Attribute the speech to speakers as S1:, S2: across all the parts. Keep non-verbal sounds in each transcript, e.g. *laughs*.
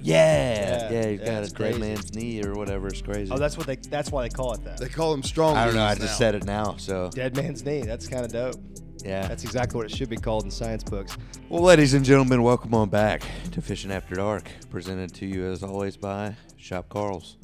S1: Yeah, yeah,
S2: Yeah,
S1: you
S2: yeah,
S1: got a
S2: it's
S1: dead
S2: crazy.
S1: man's knee or whatever. It's crazy.
S2: Oh, that's what they. That's why they call it that.
S3: They call them strong.
S1: I don't know. I
S3: lesions
S1: just
S3: now.
S1: said it now. So
S2: Dead man's knee. That's kind of dope.
S1: yeah.
S2: That's exactly what it should be called in science books.
S1: well, ladies and gentlemen, welcome on back to Fishing After Dark, presented to you as always by Shop Carl's,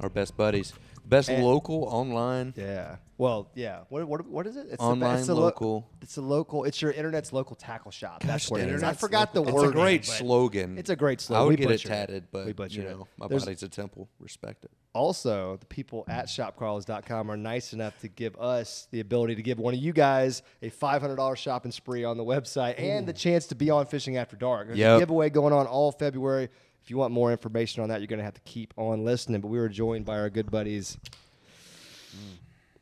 S1: our best buddies, best
S2: And-
S1: local online.
S2: Yeah. Well, yeah. What what, what is it? It's the,
S1: Online
S2: be- it's the lo-
S1: local.
S2: it's a local. It's your internet's local tackle shop.
S1: Gosh,
S2: That's what it is. I
S1: internet's
S2: forgot the
S1: It's
S2: word.
S1: a great
S2: but
S1: slogan.
S2: It's a great
S1: I
S2: slogan.
S1: would
S2: We
S1: get it
S2: butchered it.
S1: tatted, but
S2: We butchered
S1: you
S2: it.
S1: know, my
S2: There's-
S1: body's a temple. Respect it.
S2: Also, the people at shopcarls.com are nice enough to give us the ability to give one of you guys a $500 shopping spree on the website and the chance to be on Fishing After Dark. There's
S1: Yep.
S2: a giveaway going on all February. If you want more information on that, you're going to have to keep on listening. But we were joined by our good buddies,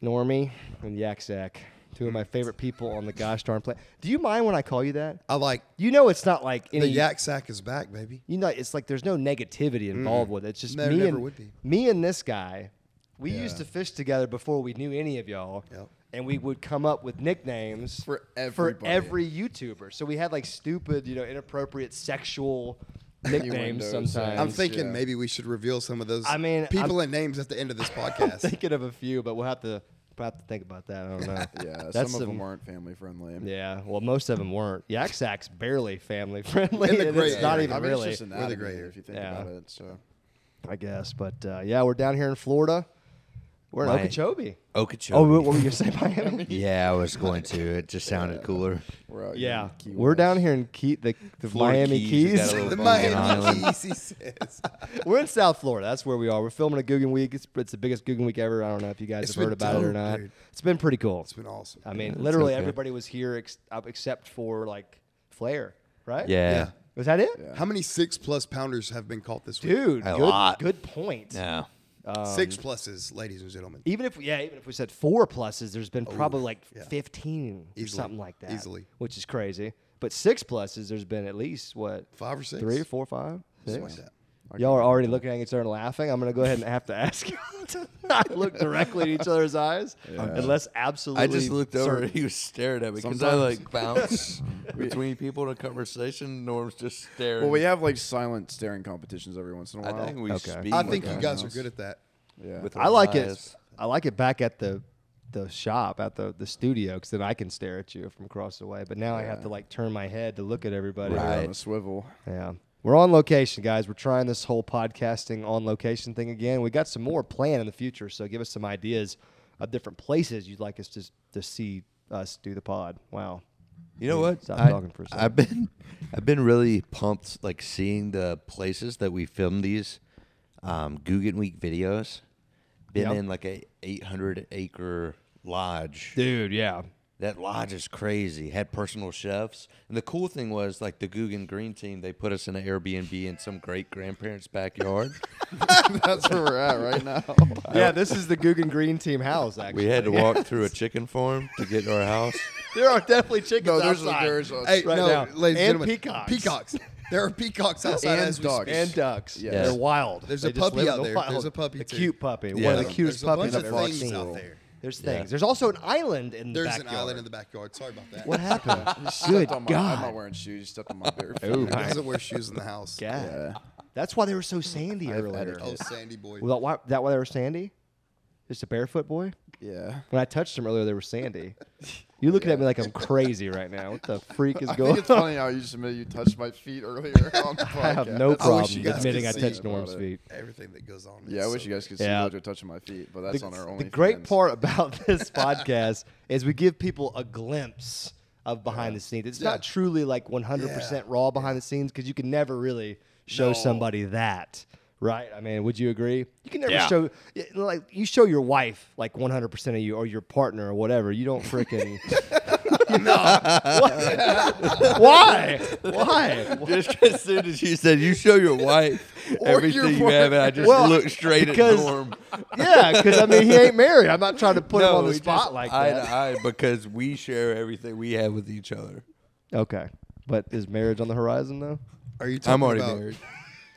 S2: Normie and Yak Sack, two
S3: Mm.
S2: of my favorite people on the gosh darn planet. Do you mind when I call you that?
S3: I like
S2: You know, it's not like any
S3: the yak sack is back, baby.
S2: you know, it's like there's no negativity involved with it. It's just
S3: There
S2: me
S3: never
S2: and
S3: would be.
S2: me and this guy. We used to
S3: Yeah.
S2: fish together before we knew any of y'all,
S3: Yep.
S2: and we would come up with nicknames
S3: For
S2: for
S3: everybody.
S2: every YouTuber. So we had like stupid, you know, inappropriate
S3: *laughs*
S2: sexual nicknames
S4: Innuendos, yeah.
S2: sometimes.
S3: I'm thinking
S4: yeah.
S3: maybe we should reveal some of those.
S2: I mean,
S3: people and names at the end of this
S2: *laughs* *laughs* I'm
S3: podcast.
S2: thinking of a few, but we'll have to we'll have to think about that. I don't
S3: *laughs*
S2: know. *laughs*
S4: Yeah,
S2: That's
S4: some of them
S2: some-
S4: aren't family friendly.
S2: Yeah, well, most of them weren't. Yak Sack's barely family *laughs* friendly.
S3: In the
S2: and
S3: gray
S2: it's not
S3: area.
S2: even
S4: I mean,
S2: really.
S4: It's just
S3: We're the
S4: anatomy
S3: gray
S4: here,
S3: area.
S4: if you think
S2: Yeah.
S4: about it. So
S2: I guess. But uh, yeah, we're down here in Florida. We're in
S1: My-
S2: Okeechobee.
S1: Okeechobee.
S2: Oh, what were you gonna say, *laughs* Miami?
S1: yeah, I was going to. It just sounded cooler.
S4: we're out
S2: yeah,
S4: Here in Key
S2: we're down
S4: West.
S2: here in Key, the, the
S1: Florida
S2: Miami Keys.
S1: Keys, we got a little
S3: the
S1: Vulcan
S3: Miami
S1: Island.
S3: Keys, he says.
S2: *laughs*
S3: *laughs*
S2: we're in South Florida. That's where we are. We're filming a Guggen Week. It's, it's the biggest Guggen Week ever. I don't know if you guys
S3: It's
S2: have heard
S3: been
S2: about it or
S3: dope,
S2: not.
S3: dude.
S2: It's been pretty cool.
S3: It's been awesome.
S2: I mean,
S1: it's
S2: literally
S1: okay.
S2: everybody was here ex- uh, except for like Flair, right?
S1: Yeah.
S2: Was that it?
S4: Yeah.
S3: How many six plus pounders have been caught this week?
S2: Dude,
S1: A
S2: good,
S1: lot.
S2: good point.
S1: No. Um,
S3: six pluses, ladies and gentlemen.
S2: Even if yeah, even if we said four pluses, there's been probably like
S3: yeah.
S2: fifteen or
S3: Easily,
S2: something like that.
S3: easily.
S2: which is crazy. But six pluses, there's been at least what
S3: Five or six?
S2: three or four, five,
S3: Something like
S2: six?
S3: that.
S2: Y'all are already looking at each other and laughing. I'm gonna go ahead and have to ask you *laughs* to not look directly at each other's eyes, unless absolutely.
S1: I just looked over.
S2: certain.
S1: and He was staring at me because I like *laughs* bounce between people in a conversation. Norm's just staring.
S4: Well, we have like silent staring competitions every once in a
S1: I
S4: while.
S1: think we
S2: Okay.
S1: speak.
S3: I
S1: like
S3: think you
S1: that.
S3: guys are good at that.
S4: yeah.
S1: With
S2: I like
S1: our
S2: it.
S1: eyes.
S2: I like it back at the the shop at the the studio because then I can stare at you from across the way. But now I have to like turn my head to look at everybody.
S4: We're
S1: Right.
S4: on a
S1: *laughs*
S4: swivel. *laughs*
S2: Yeah. We're on location, guys. We're trying this whole podcasting on location thing again. We got some more planned in the future, so give us some ideas of different places you'd like us to to see us do the pod. Wow.
S1: You know what?
S2: Stop
S1: I,
S2: talking for a second.
S1: I've been, I've been really pumped, like seeing the places that we filmed these, um, Guggen Week videos. Been
S2: Yep.
S1: in like a 800 acre lodge.
S2: Dude, yeah.
S1: That lodge is crazy. Had personal chefs, and the cool thing was like the Guggen Green team. They put us in an Airbnb in some great grandparents' backyard.
S4: That's where we're at right
S2: *laughs*
S4: now.
S2: Yeah, this is the Guggen Green team *laughs* house, actually.
S1: we had to walk through a chicken farm to get to our house.
S2: There are definitely chickens
S4: No, there's
S2: outside.
S4: there's a,
S3: Hey,
S2: Right
S3: no,
S2: now.
S3: ladies and,
S2: And
S3: gentlemen,
S2: peacocks.
S3: Peacocks. *laughs* There are peacocks outside
S4: And
S3: as we
S4: dogs.
S3: speak.
S2: and ducks.
S4: Yes.
S2: They're wild.
S3: There's
S2: They
S3: a
S2: just
S3: puppy
S2: live in
S3: out
S2: the
S3: there.
S2: wild.
S3: There's a puppy,
S2: A
S3: too.
S2: cute puppy.
S1: Yeah.
S2: One of the
S1: There's
S2: cutest
S3: a
S2: puppies I've
S3: bunch of
S2: ever
S3: things
S2: seen.
S3: out there.
S2: There's
S1: Yeah.
S2: things. There's also an island in
S3: There's
S2: the backyard.
S3: an island in the backyard. Sorry about that.
S2: What happened?
S3: *laughs*
S4: Good
S2: Good
S4: on my, I'm
S2: God.
S4: not wearing shoes. You stepped on my bare feet.
S2: *laughs* Oh,
S3: He doesn't wear shoes in the
S1: *laughs*
S3: house.
S2: God.
S4: Yeah.
S2: That's why they were so sandy earlier.
S3: Oh, Sandy boy.
S2: Well, that why, that why they were sandy? Just a barefoot boy?
S4: Yeah.
S2: When I touched them earlier, they were sandy. You're looking at me like I'm crazy right now. What the freak is
S4: I think
S2: going
S4: it's
S2: on? *laughs*
S4: funny how you just admitted you touched my feet earlier. On the
S2: I have
S4: podcast.
S2: no
S3: I
S2: problem
S3: wish you guys
S2: admitting
S3: could
S2: I
S3: see
S2: touched
S4: about
S2: Norm's
S4: it.
S2: feet.
S3: Everything that goes on.
S4: Yeah, I wish you guys could see
S2: Yeah.
S4: Roger touching my feet, but that's
S2: the,
S4: on our
S2: the
S4: only.
S2: great part about this podcast is we give people a glimpse of behind the scenes. It's not truly like 100%
S3: Yeah.
S2: raw behind the scenes because you can never really show
S3: No.
S2: somebody that. Right, I mean, would you agree? You can never
S1: Yeah.
S2: show, y- like, you show your wife like 100 percent of you, or your partner, or whatever. You don't *laughs* freaking. no. Why? Why?
S1: Just *laughs* as soon as you said you show your *laughs* wife everything you have, and I just
S2: Well,
S1: looked straight
S2: because-
S1: at Norm.
S2: Yeah, because I mean, he ain't married. I'm not trying to put him on the
S1: we just
S2: spot like
S1: eye
S2: that.
S1: to eye because we share everything we have with each other.
S2: Okay, but is marriage on the horizon though?
S3: Are you talking
S1: I'm already
S3: about,
S1: married.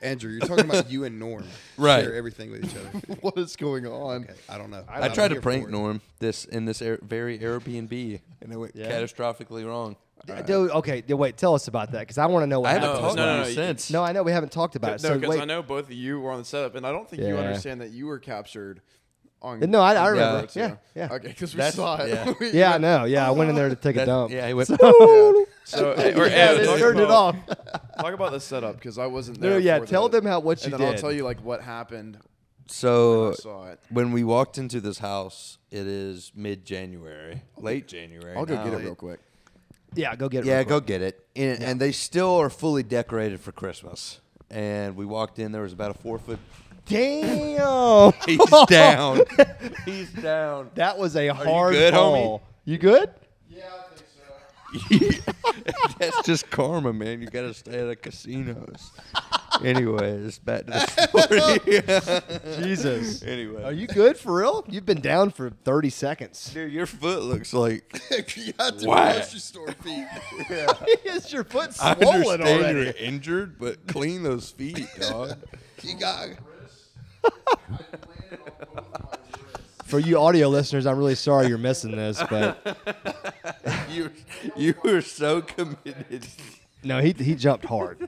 S3: Andrew, you're talking about you and Norm.
S1: *laughs* Right.
S3: Share everything with each other.
S4: *laughs* What is going on?
S3: Okay, I don't know.
S1: I
S3: I'm
S1: tried
S3: here
S1: to
S3: for
S1: prank
S3: it.
S1: Norm this in this air, very Airbnb, and it went
S2: Yeah.
S1: catastrophically wrong.
S2: D- dude, okay, dude, wait. Tell us about that because I want to know what
S1: I haven't
S2: happened.
S5: No,
S1: talked
S5: no,
S1: about
S5: no,
S1: it
S5: you-
S1: since.
S2: No, I know we haven't talked about it.
S6: no,
S2: so
S6: because
S2: wait,
S6: I know both of you were on the setup, and I don't think you
S2: Yeah.
S6: understand that you were captured on.
S2: No, I- I
S6: on
S2: remember.
S6: Roberts,
S2: Yeah, yeah.
S6: Okay, because we
S1: That's-
S6: saw it.
S1: yeah.
S6: *laughs*
S2: *laughs*
S6: We-
S2: yeah, I know. Yeah, I went in there to take a
S1: That-
S2: dump. *laughs*
S1: Yeah, he went. *laughs*
S6: So,
S5: or-
S6: yeah,
S5: yeah,
S6: talk
S2: turned it
S6: about-
S2: off.
S6: Talk about the setup because I wasn't
S2: No,
S6: there.
S2: yeah,
S6: for
S2: tell
S6: the-
S2: them how- what you
S6: and then
S2: did.
S6: I'll tell you like what happened. I
S1: So
S6: saw it.
S1: when we walked into this house, it is mid January, late January.
S6: I'll go
S1: now.
S6: get it real quick.
S2: Yeah, go get it.
S1: Yeah,
S2: real
S1: go
S2: quick.
S1: get it. And, and they still are fully decorated for Christmas. And we walked in. There was about a four foot.
S2: *laughs* Damn.
S1: *laughs* He's down. *laughs* He's down.
S2: *laughs* That was a hard
S1: good, homie?
S2: call. You good?
S6: Yeah, I think so.
S1: *laughs* That's just karma, man. You got to stay at the casinos. Anyways, back to *laughs* the story.
S2: Jesus.
S1: anyway,
S2: Are you good for real? You've been down for 30
S1: *laughs*
S2: seconds. *laughs*
S1: dude, your foot looks like
S3: *laughs* you got to
S1: Why?
S4: *laughs*
S3: grocery store feet.
S2: Is your foot
S1: I
S2: swollen
S1: understand
S2: already?
S1: you're injured, but clean those feet, dog.
S3: *laughs* you got
S2: For you audio listeners, I'm really sorry you're missing this,
S1: *laughs*
S2: but
S1: you you were so committed.
S2: no, he he jumped hard.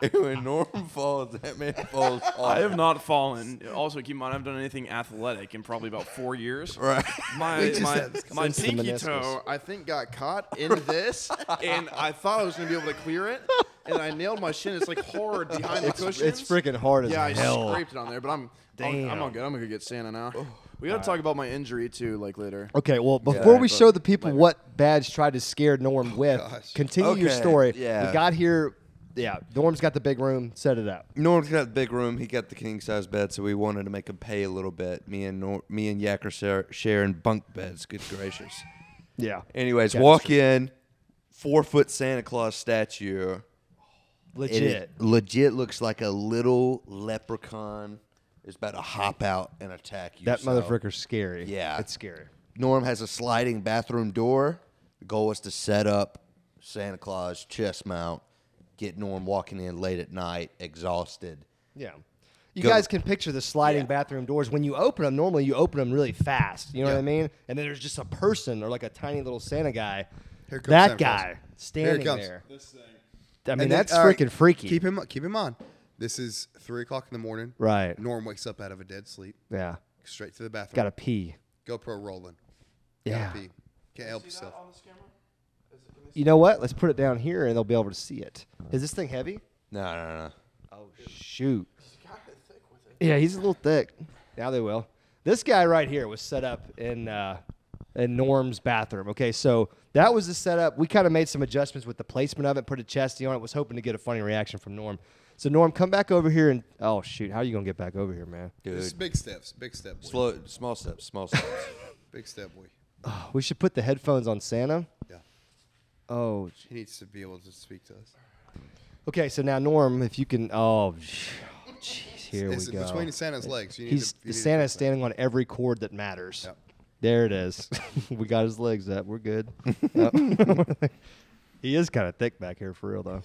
S1: And when Norm falls, that man falls
S5: I
S1: off.
S5: have not fallen. Also, keep in mind, I haven't done anything athletic in probably about four years.
S1: Right.
S5: My my, my
S2: Since the
S5: pinky
S2: meniscus.
S5: toe,
S6: I think got caught in
S2: *laughs*
S6: this, and I thought I was gonna be able to clear it, and I nailed my shin. It's like hard behind the cushions.
S2: It's freaking hard as
S6: Yeah, I
S2: hell.
S6: scraped it on there, but I'm I'm, I'm
S2: Damn. Oh,
S6: all good. I'm gonna go get Santa now. We gotta talk about my injury too, like later.
S2: Okay, well, before we
S6: but
S2: show the people what Badge tried to scare Norm with,
S3: Oh, gosh.
S2: continue your
S1: Okay,
S2: story.
S1: yeah.
S2: We got here. Yeah, Norm's got the big room. Set it up.
S1: Norm's got the big room. He got the king size bed, so we wanted to make him pay a little bit. Me and Nor- me and Yak are share- sharing bunk beds. Good gracious.
S2: Yeah.
S1: Anyways,
S2: Gotcha.
S1: walk in, four foot Santa Claus statue. It
S2: Legit.
S1: is- legit looks like a little leprechaun is about to hop out and attack you.
S2: that
S1: so-
S2: motherfucker's scary.
S1: Yeah.
S2: It's scary.
S1: Norm has a sliding bathroom door. The goal is to set up Santa Claus chest mount, get Norm walking in late at night, exhausted.
S2: Yeah. You
S1: Go-
S2: guys can picture the sliding
S1: Yeah.
S2: bathroom doors. When you open them, normally you open them really fast. You know what I mean? And then there's just a person or like a tiny little Santa guy.
S3: Here comes
S2: that
S3: Santa Claus.
S2: guy
S3: he
S2: standing
S3: comes.
S2: there.
S6: This thing.
S2: I mean,
S3: And then,
S2: that's
S3: all right,
S2: freaking freaky.
S3: Keep him keep in mind. This is three o'clock in the morning.
S2: Right.
S3: Norm wakes up out of a dead sleep,
S2: yeah.
S3: straight to the bathroom.
S2: Got to pee.
S3: GoPro rolling.
S2: Yeah.
S3: Gotta pee. Can't help yourself.
S2: You know what? Let's put it down here and they'll be able to see it. Is this thing heavy?
S1: No, no, no.
S2: Oh, shoot. Yeah, he's a little thick. Now they will. This guy right here was set up in uh, in Norm's bathroom. Okay, so that was the setup. We kind of made some adjustments with the placement of it, put a chesty on it. Was hoping to get a funny reaction from Norm. So Norm, come back over here and oh shoot, how are you gonna get back over here, man?
S3: This is
S1: Dude.
S3: big steps. Big step boy.
S1: Slow, small steps, small steps.
S3: Big step boy.
S2: We should put the headphones on Santa.
S3: Yeah.
S2: Oh, j-
S3: He needs to be able to speak to us.
S2: okay. So now Norm, if you can, oh, sh- oh, jeez, here
S3: It's
S2: we go.
S3: between Santa's legs. You need
S2: He's
S3: to, you need to
S2: Santa's
S3: fix that.
S2: standing on every cord that matters.
S3: Yep.
S2: There it is. *laughs* we got his legs up. We're
S3: *laughs*
S2: good. Yep. *laughs* he is kind of thick back here for real though.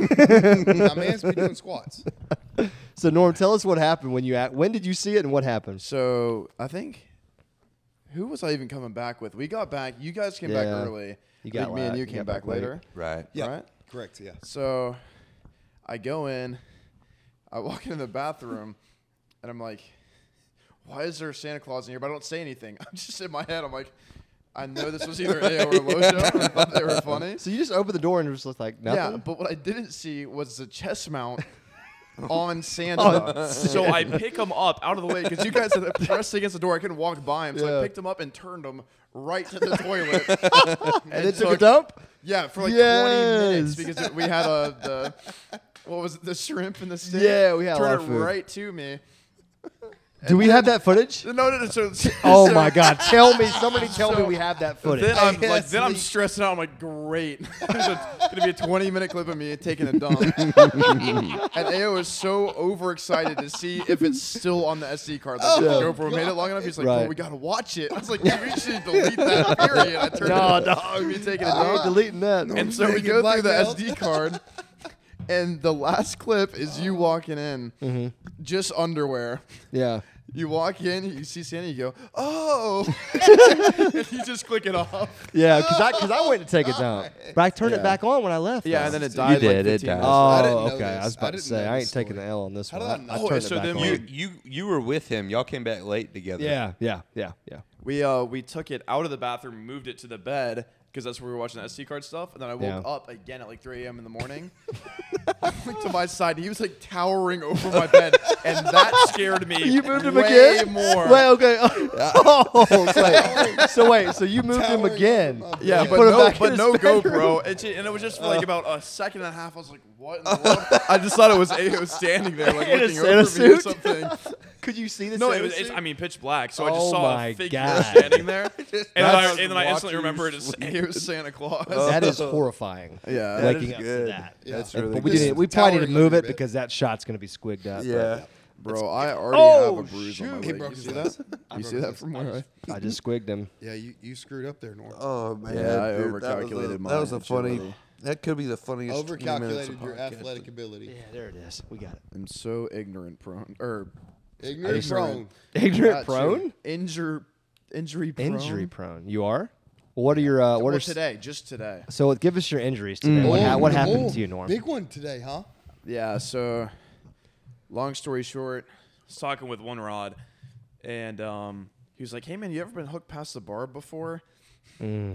S3: *laughs* My man's been doing squats.
S2: So Norm, tell us what happened when you act. When did you see it and what happened?
S6: So I think who was I even coming back with? We got back. You guys came back
S2: Yeah.
S6: early.
S2: You
S6: I think
S2: got
S6: me
S2: la-
S6: and you
S2: you
S6: came
S2: got
S6: back,
S2: back late.
S6: later.
S1: right.
S3: Yeah.
S6: Right?
S3: Correct. Yeah.
S6: So I go in, I walk *laughs* into the bathroom, and I'm like, why is there Santa Claus in here? But I don't say anything. *laughs* I'm just in my head. I'm like, I know this was either AO or Lojo. and I thought they
S2: *laughs*
S6: were funny.
S2: So you just opened the door and it was just like
S6: Yeah,
S2: nothing.
S6: but what I didn't see was the chest mount on Santa. *laughs*
S5: so I pick him up out of the way.
S6: Wait, because you guys are pressed against the door. I couldn't walk by him, so
S2: Yeah.
S6: I picked him up and turned him right to the toilet.
S2: and it took a
S6: took-
S2: dump.
S6: Yeah, for like 20 minutes
S2: Yes.
S6: because we had a the what was it, the shrimp and the steak.
S2: Yeah, we had a
S6: Turn
S2: lot of
S6: it
S2: food.
S6: right to me.
S2: Do we have that
S3: *laughs*
S2: footage?
S6: No, no, no. So,
S2: *laughs* Oh
S6: so
S2: my God! Tell me, somebody tell me
S6: So-
S2: we have that
S6: Then
S2: footage.
S6: I'm like,
S3: Yes,
S6: then I'm
S3: we-
S6: stressing out. I'm like, *laughs*
S7: *laughs*
S6: great. There's a- gonna be a 20 minute clip of me taking a
S2: *laughs*
S6: dump. and Ao is so overexcited to see if it's still on the SD card. Like,
S2: Yeah.
S6: GoPro made it long enough. He's like,
S2: Right.
S6: well, we gotta watch it. I was like, dude, we should
S2: *laughs*
S6: delete that. Period. I turned
S2: No,
S6: it off. Me taking a
S2: I ain't
S6: dump.
S2: deleting that.
S6: And so we
S3: Naked
S6: go through the
S3: blackmail.
S6: SD *laughs* card, Oh. and the last clip is you walking in, just underwear.
S2: yeah.
S4: You walk in, you see Santa, you go,
S6: *laughs*
S4: oh, and you just click it off.
S2: Yeah, because I because I went to take a dump, but I turned it
S1: Yeah.
S2: back on when I left.
S6: Yeah,
S2: though.
S6: and then it
S1: You
S6: died.
S1: did, it
S6: Like 15
S1: died.
S6: minutes
S2: Oh,
S3: I didn't know
S2: okay. I
S3: this.
S2: was
S3: I
S2: about to
S3: didn't
S2: say
S3: know
S2: I ain't
S3: this
S2: taking the
S3: story.
S2: L on this
S3: How
S2: one.
S3: did I
S2: I
S3: not-
S2: turned
S6: so
S2: it back
S6: then
S2: on.
S6: you-
S1: You, you you were with him. Y'all came back late together.
S2: yeah, yeah, yeah, yeah.
S6: We uh we took it out of the bathroom, moved it to the bed because that's where we were watching that SD card stuff, and then I woke
S2: Yeah.
S6: up again at like 3 a.m. in the morning. like *laughs* to my side, and he was like towering over my bed, and that scared me.
S2: You moved him
S6: way
S2: again.
S6: More.
S2: Wait, okay. *laughs* oh, so, so wait, so you moved him
S3: Towering
S2: again?
S3: above
S6: yeah,
S3: You
S6: but
S2: put him
S6: no,
S2: back in
S6: but
S2: his
S6: no
S2: bedroom.
S6: GoPro, and, she, and it was just for
S4: Uh.
S6: like about a second and a half. I was like, "What?" In the
S4: *laughs*
S6: world? I just thought it was Aho standing there, like
S2: In a
S6: looking
S2: Santa
S6: over me or
S4: *laughs*
S2: suit?
S6: something.
S2: *laughs* Could you see this?
S6: No, it was, it's, I mean, pitch black. So I
S2: Oh
S6: just saw
S2: my
S6: a figure
S2: God.
S4: *laughs*
S6: standing there, and, then I,
S2: That's-
S6: and then I instantly remembered it's Aho Santa Claus.
S2: that is horrifying.
S4: Uh, Yeah,
S6: *laughs*
S4: that
S2: waking
S1: is
S2: up
S1: good.
S2: to that.
S3: Yeah. That's
S2: And-
S1: really
S2: but we
S1: good.
S2: didn't. We probably need to
S3: Towering
S2: move
S3: over
S2: it
S3: it.
S2: because that shot's going to be squigged up. but
S4: Bro, I already
S6: Oh,
S4: have a bruise on my
S6: shoot.
S4: leg.
S6: He
S3: broke
S4: you
S3: his
S4: see
S3: leg.
S4: that? you see that from where? I-
S2: I just squigged him.
S3: Yeah, you, you screwed up there, Norm.
S1: Oh man,
S4: I
S1: dude, that was a-
S4: overcalculated
S1: That was
S4: my
S1: a funny.
S4: agility.
S1: That could be the funniest. 20 minutes of
S3: Overcalculated your
S1: podcasting.
S3: athletic ability.
S2: Yeah, there it is. We got it.
S4: I'm so ignorant prone or
S3: Ignorant prone.
S2: Ignorant
S4: not true.
S2: prone,
S4: injure injury prone.
S2: injury prone. You are. What are your? Uh, what
S6: Or
S2: are s-
S6: today, just today.
S2: So give us your injuries today. What,
S3: Oh,
S2: ha- what happened
S3: oh,
S2: to you, Norm?
S3: Big one today, huh?
S4: Yeah, so long story short,
S6: was talking with one rod, and um, he was like, "Hey man, you ever been hooked past the bar before?" and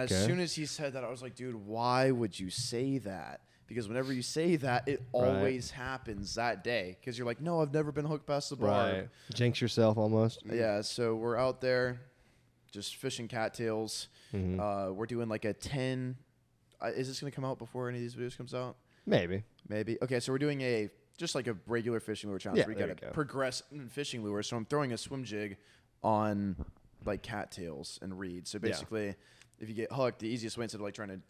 S6: as
S2: Mm. okay.
S6: soon as he said that, I was like, "Dude, why would you say that?" Because whenever you say that, it
S2: Right.
S6: always happens that day. Because you're like, "No, I've never been hooked past the bar."
S2: Right. Jinx yourself almost.
S6: Yeah, so we're out there just fishing cattails.
S2: Mm-hmm.
S6: Uh, we're doing like a 10. Uh, is this going to come out before any of these videos comes out?
S2: Maybe.
S6: Maybe. Okay, so we're doing a just like a regular fishing lure challenge.
S2: Yeah,
S6: we
S2: there
S6: got
S2: you
S6: to
S2: go.
S6: progress in fishing lure. So I'm throwing a swim jig on like cattails and reeds. So basically, if you get hooked, the easiest way instead of like trying to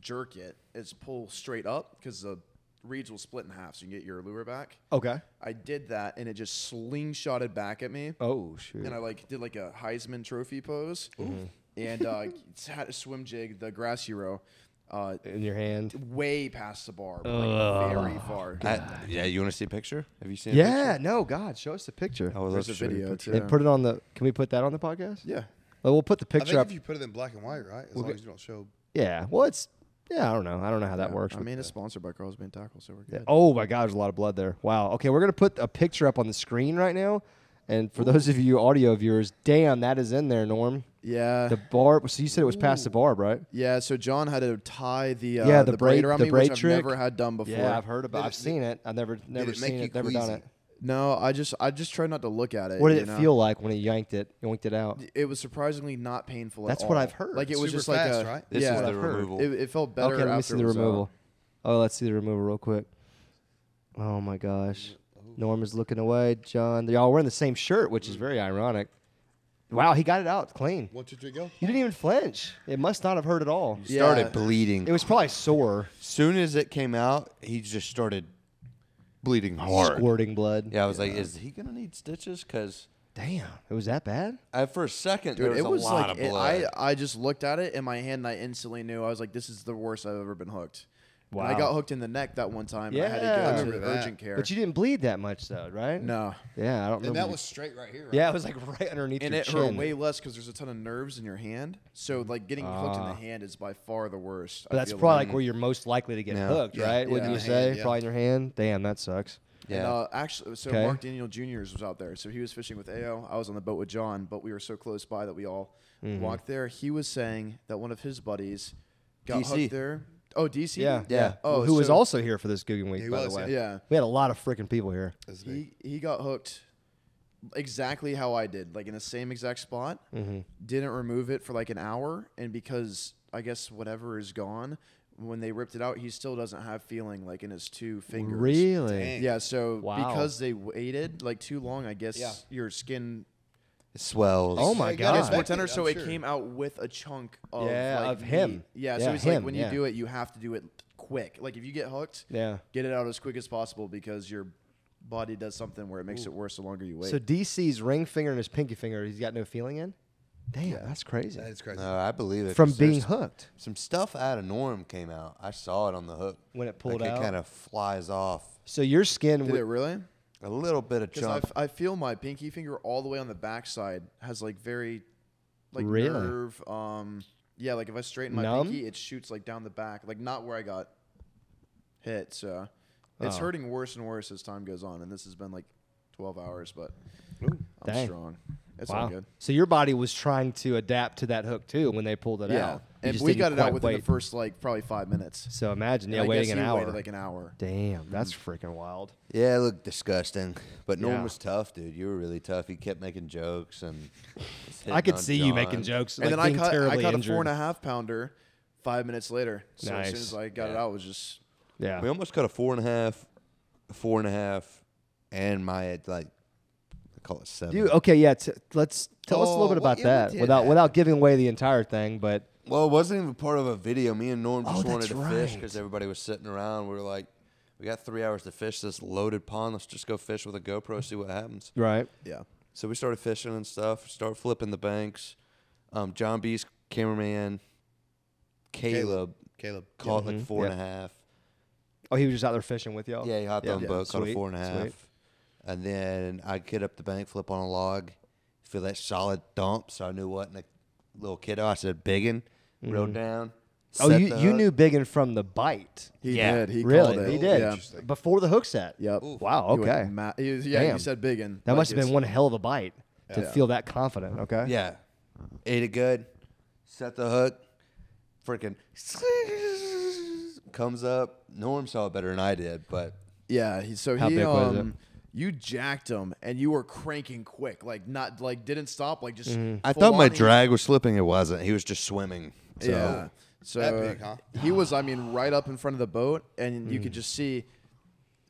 S6: jerk it is pull straight up because the reeds will split in half, so you can get your lure back.
S2: Okay.
S6: I did that and it just slingshotted back at me
S2: Oh shoot.
S6: and I like did like a Heisman Trophy pose,
S2: Mm-hmm.
S6: and uh, *laughs* had a swim jig, the grassy row, uh,
S2: In your hand.
S6: way past the bar, but, like very far.
S1: I- yeah, you want to see a picture? Have you seen? a
S2: Yeah. No. God, show us the picture.
S1: picture? I would love
S6: There's
S1: to
S6: a
S1: show you
S6: video
S1: picture.
S6: too.
S2: And put it on the. Can we put that on the podcast?
S6: yeah,
S2: Well, we'll put the
S3: I think
S2: picture up.
S3: if you put it in black and white, right? As long as you don't show.
S2: yeah. Well, it's. Yeah. I don't know. I don't know how that works.
S6: I
S2: with-
S6: mean, it's sponsored by Carl's Band Tackle, so we're good.
S2: Oh my God, there's a lot of blood there. Wow. Okay, we're gonna put a picture up on the screen right now, and for those of you audio viewers, damn, that is in there, Norm. *laughs*
S6: Yeah,
S2: The barb. So you said it was past the barb, right?
S6: yeah. So John had to tie the uh,
S2: Yeah, the braid-
S6: around
S2: the
S6: me,
S2: braid
S6: which
S2: trick.
S6: I've never had done before.
S2: Yeah, I've heard about.
S3: Did
S2: I've
S3: it-
S2: seen it. I've never, never
S3: it make
S2: seen
S3: you
S2: it. Never done
S3: queasy?
S2: it.
S6: No, I just I just tried not to look at it.
S2: What did
S6: you
S2: it
S6: know?
S2: feel like when it yanked it, yoinked it out?
S6: It was surprisingly not painful. at
S2: That's what
S6: all.
S2: I've heard.
S6: Like it was
S3: Super
S6: just like
S3: fast,
S6: a
S3: right?
S1: This
S6: yeah.
S1: is
S2: I've
S1: the
S2: heard.
S1: removal.
S6: it, it felt better.
S2: Okay, let me
S6: after
S2: see
S6: it
S2: the
S6: was out.
S2: removal. Oh, let's see the removal real quick. Oh my gosh, Norm is looking away. John, y'all wearing the same shirt, which is very ironic. Wow, he got it out clean.
S3: One, two, three, go.
S2: You didn't even flinch. It must not have hurt at all.
S1: He started
S6: Yeah.
S1: bleeding.
S2: It was probably sore,
S1: soon as it came out. He just started bleeding hard.
S2: squirting blood.
S1: Yeah, I was like, is he gonna need stitches? Because
S2: Damn, it was that bad?
S1: at for a second
S6: Dude,
S1: there was,
S6: it was
S1: a lot
S6: like
S1: of
S6: it-
S1: blood.
S6: I I just looked at it in my hand and I instantly knew I was like, this is the worst I've ever been hooked. And I
S2: Wow.
S6: got hooked in the neck that one time. I
S2: Yeah.
S6: had
S2: I
S6: to go to
S3: remember
S6: the
S3: that.
S6: urgent care.
S2: But you didn't bleed that much though, right?
S6: no,
S2: Yeah, I don't
S3: And
S2: remember.
S3: that was straight right here. Right?
S2: yeah, it was like right underneath
S6: and
S2: your
S6: it hurt
S2: chin.
S6: way less because there's a ton of nerves in your hand. So like getting hooked in
S2: Ah.
S6: the hand is by far the worst.
S2: but
S6: I
S2: that's
S6: feel
S2: probably like where you're most likely to get
S1: Yeah.
S2: hooked,
S3: Yeah.
S2: right?
S3: Yeah.
S2: Wouldn't
S3: In
S2: you
S3: the
S2: say?
S3: hand, yeah.
S2: Probably in your hand. Damn, that sucks.
S1: yeah,
S6: And, uh, actually, so
S2: Okay.
S6: Mark Daniel Jr.'s was out there. So he was fishing with AO. I was on the boat with John, but we were so close by that we all
S2: Mm-hmm.
S6: walked there. He was saying that one of his buddies got
S1: DC.
S6: hooked there. Oh, DC?
S2: Yeah, yeah.
S6: Oh,
S2: who was
S6: so-
S2: also here for this Googing Week,
S3: He
S2: by
S3: was,
S2: the way.
S6: Yeah.
S2: We had a lot of freaking people here.
S3: That's big.
S6: He he got hooked exactly how I did, like in the same exact spot.
S2: Mm-hmm.
S6: Didn't remove it for like an hour, and because I guess whatever is gone, when they ripped it out, he still doesn't have feeling like in his two fingers.
S2: Really?
S3: Dang.
S6: Yeah. So
S2: Wow.
S6: because they waited like too long, I guess
S3: Yeah.
S6: your skin
S1: it swells.
S2: Oh my
S3: It
S2: god.
S3: got
S6: gets more
S3: infected,
S6: tender,
S3: I'm
S6: so it
S3: sure.
S6: came out with a chunk of
S2: Yeah,
S6: like,
S2: of him.
S6: meat. Yeah.
S2: Yeah,
S6: So it's
S2: him,
S6: like when
S2: yeah.
S6: you do it, you have to do it quick. Like if you get hooked,
S2: Yeah.
S6: get it out as quick as possible because your body does something where it makes it worse the longer you wait.
S2: So DC's ring finger and his pinky finger, he's got no feeling in? Damn, that's crazy.
S3: That is crazy.
S1: No, I believe it.
S2: From
S1: 'cause there's
S2: being hooked.
S1: some stuff out of norm came out. I saw it on the hook
S2: When it pulled
S1: like
S2: out?
S1: It kind of flies off.
S2: So your skin
S6: Did
S2: would
S6: it really?
S1: A little bit of
S6: Because I,
S1: chunk.
S6: f- I feel my pinky finger all the way on the backside has like very, like
S2: Really?
S6: nerve. Um, yeah, like if I straighten my
S2: Numb?
S6: pinky, it shoots like down the back, like not where I got hit. So it's
S2: Oh.
S6: hurting worse and worse as time goes on, and this has been like twelve hours, but I'm
S2: Dang.
S6: strong. It's all
S2: Wow.
S6: good.
S2: So your body was trying to adapt to that hook too when they pulled it
S6: Yeah,
S2: out. You
S6: and
S2: just
S6: we
S2: didn't
S6: got it out
S2: quite
S6: within
S2: wait.
S6: the first like probably five minutes.
S2: So imagine,
S6: And
S2: yeah,
S6: I guess
S2: waiting an
S6: you
S2: hour.
S6: waited, like Mm. an hour.
S2: Damn, that's freaking wild.
S1: yeah, it looked disgusting. But Norm
S2: Yeah.
S1: was tough, dude. You were really tough. He kept making
S2: *laughs*
S1: jokes and
S2: I
S1: was hitting
S2: could
S1: on
S2: see you making
S1: John.
S2: jokes,
S6: And
S2: like
S6: then I
S2: being
S6: caught, I
S2: terribly
S6: caught a
S2: injured.
S6: four and a half pounder five minutes later. So as
S2: Nice.
S6: soon as I got it out, it was just
S2: Yeah,
S1: We almost cut a four and a half, four and a half, and my like I call it seven.
S2: Dude, okay, yeah. T- let's tell us a little
S1: Oh,
S2: bit
S1: well,
S2: about
S1: yeah, we
S2: that
S1: did
S2: without
S1: that.
S2: without giving away the entire thing, but
S1: Well, it wasn't even part of a video. Me and Norm
S2: Oh,
S1: just wanted
S2: that's
S1: to fish
S2: right.
S1: because everybody was sitting around. We were like, we got three hours to fish this loaded pond. Let's just go fish with a GoPro, see what happens.
S2: right.
S6: yeah.
S1: So we started fishing and stuff. Start flipping the banks. Um, John B's cameraman, Caleb,
S3: Caleb.
S1: caught like
S2: Mhm.
S1: four and
S2: Yeah.
S1: a half.
S2: Oh, he was just out there fishing with y'all.
S1: Yeah, he hopped on the boat, caught a
S2: Sweet,
S1: four and a half.
S2: sweet.
S1: And then I get up the bank, flip on a log, feel that solid thump. So I knew what. And a little kiddo, I said, biggin, reeled down.
S2: Oh,
S1: set
S2: you,
S1: the
S2: you
S1: hook.
S2: knew Biggin from the bite.
S6: He
S1: Yeah,
S6: did. He called
S2: really,
S6: it.
S2: he did
S6: Yeah.
S2: before the hook set.
S6: Yep.
S2: Wow.
S6: He went
S2: Okay.
S6: ma- he was- yeah,
S2: Damn.
S6: you said big and
S2: That must have been one hell of a bite to
S6: Yeah.
S2: feel that confident. Okay.
S1: Yeah. Ate it good. Set the hook. Freaking comes up. Norm saw it better than I did, but
S6: Yeah. He, so
S2: How
S6: he
S2: big was it?
S6: um, you jacked him and you were cranking quick, like not like didn't stop, like just.
S2: Mm-hmm.
S1: I
S6: full
S1: thought my
S6: on. He-
S1: drag was slipping. It wasn't. He was just swimming. So Oh,
S6: Yeah. So
S3: That big, huh?
S6: he was, I mean, right up in front of the boat, and you could
S2: Mm.
S6: just see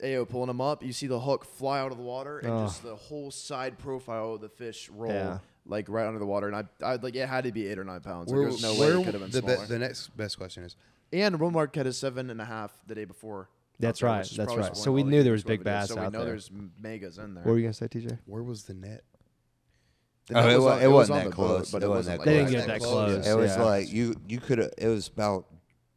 S6: Ao pulling him up. You see the hook fly out of the water, and just the whole side profile of the fish roll
S2: Yeah.
S6: like right under the water. And I, I like it had to be eight or nine pounds. Like, there's no way
S3: where-
S6: it could have been
S3: the,
S6: smaller.
S3: be- the next best question is
S6: And Romark had a seven and a half the day before.
S2: That's
S6: out there,
S2: right,
S6: which is
S2: that's
S6: probably
S2: right.
S6: one
S2: So
S6: of
S2: we
S6: all the
S2: knew there was
S6: biggest
S2: big
S6: we did,
S2: bass
S6: so we
S2: out
S6: know
S2: there.
S6: there's m- megas in there.
S2: What were you gonna say, TJ?
S3: where was the net?
S6: The
S1: Oh,
S6: net
S1: it
S6: was
S1: wa-
S6: on-
S1: it
S6: was
S1: wasn't that
S6: on the boat,
S1: close.
S6: but
S1: It
S6: it
S1: wasn't
S6: wasn't
S1: that
S6: like
S2: They didn't
S1: close.
S2: get
S3: that
S2: that
S3: close.
S2: close.
S1: it was
S2: yeah.
S1: like you you could have it was about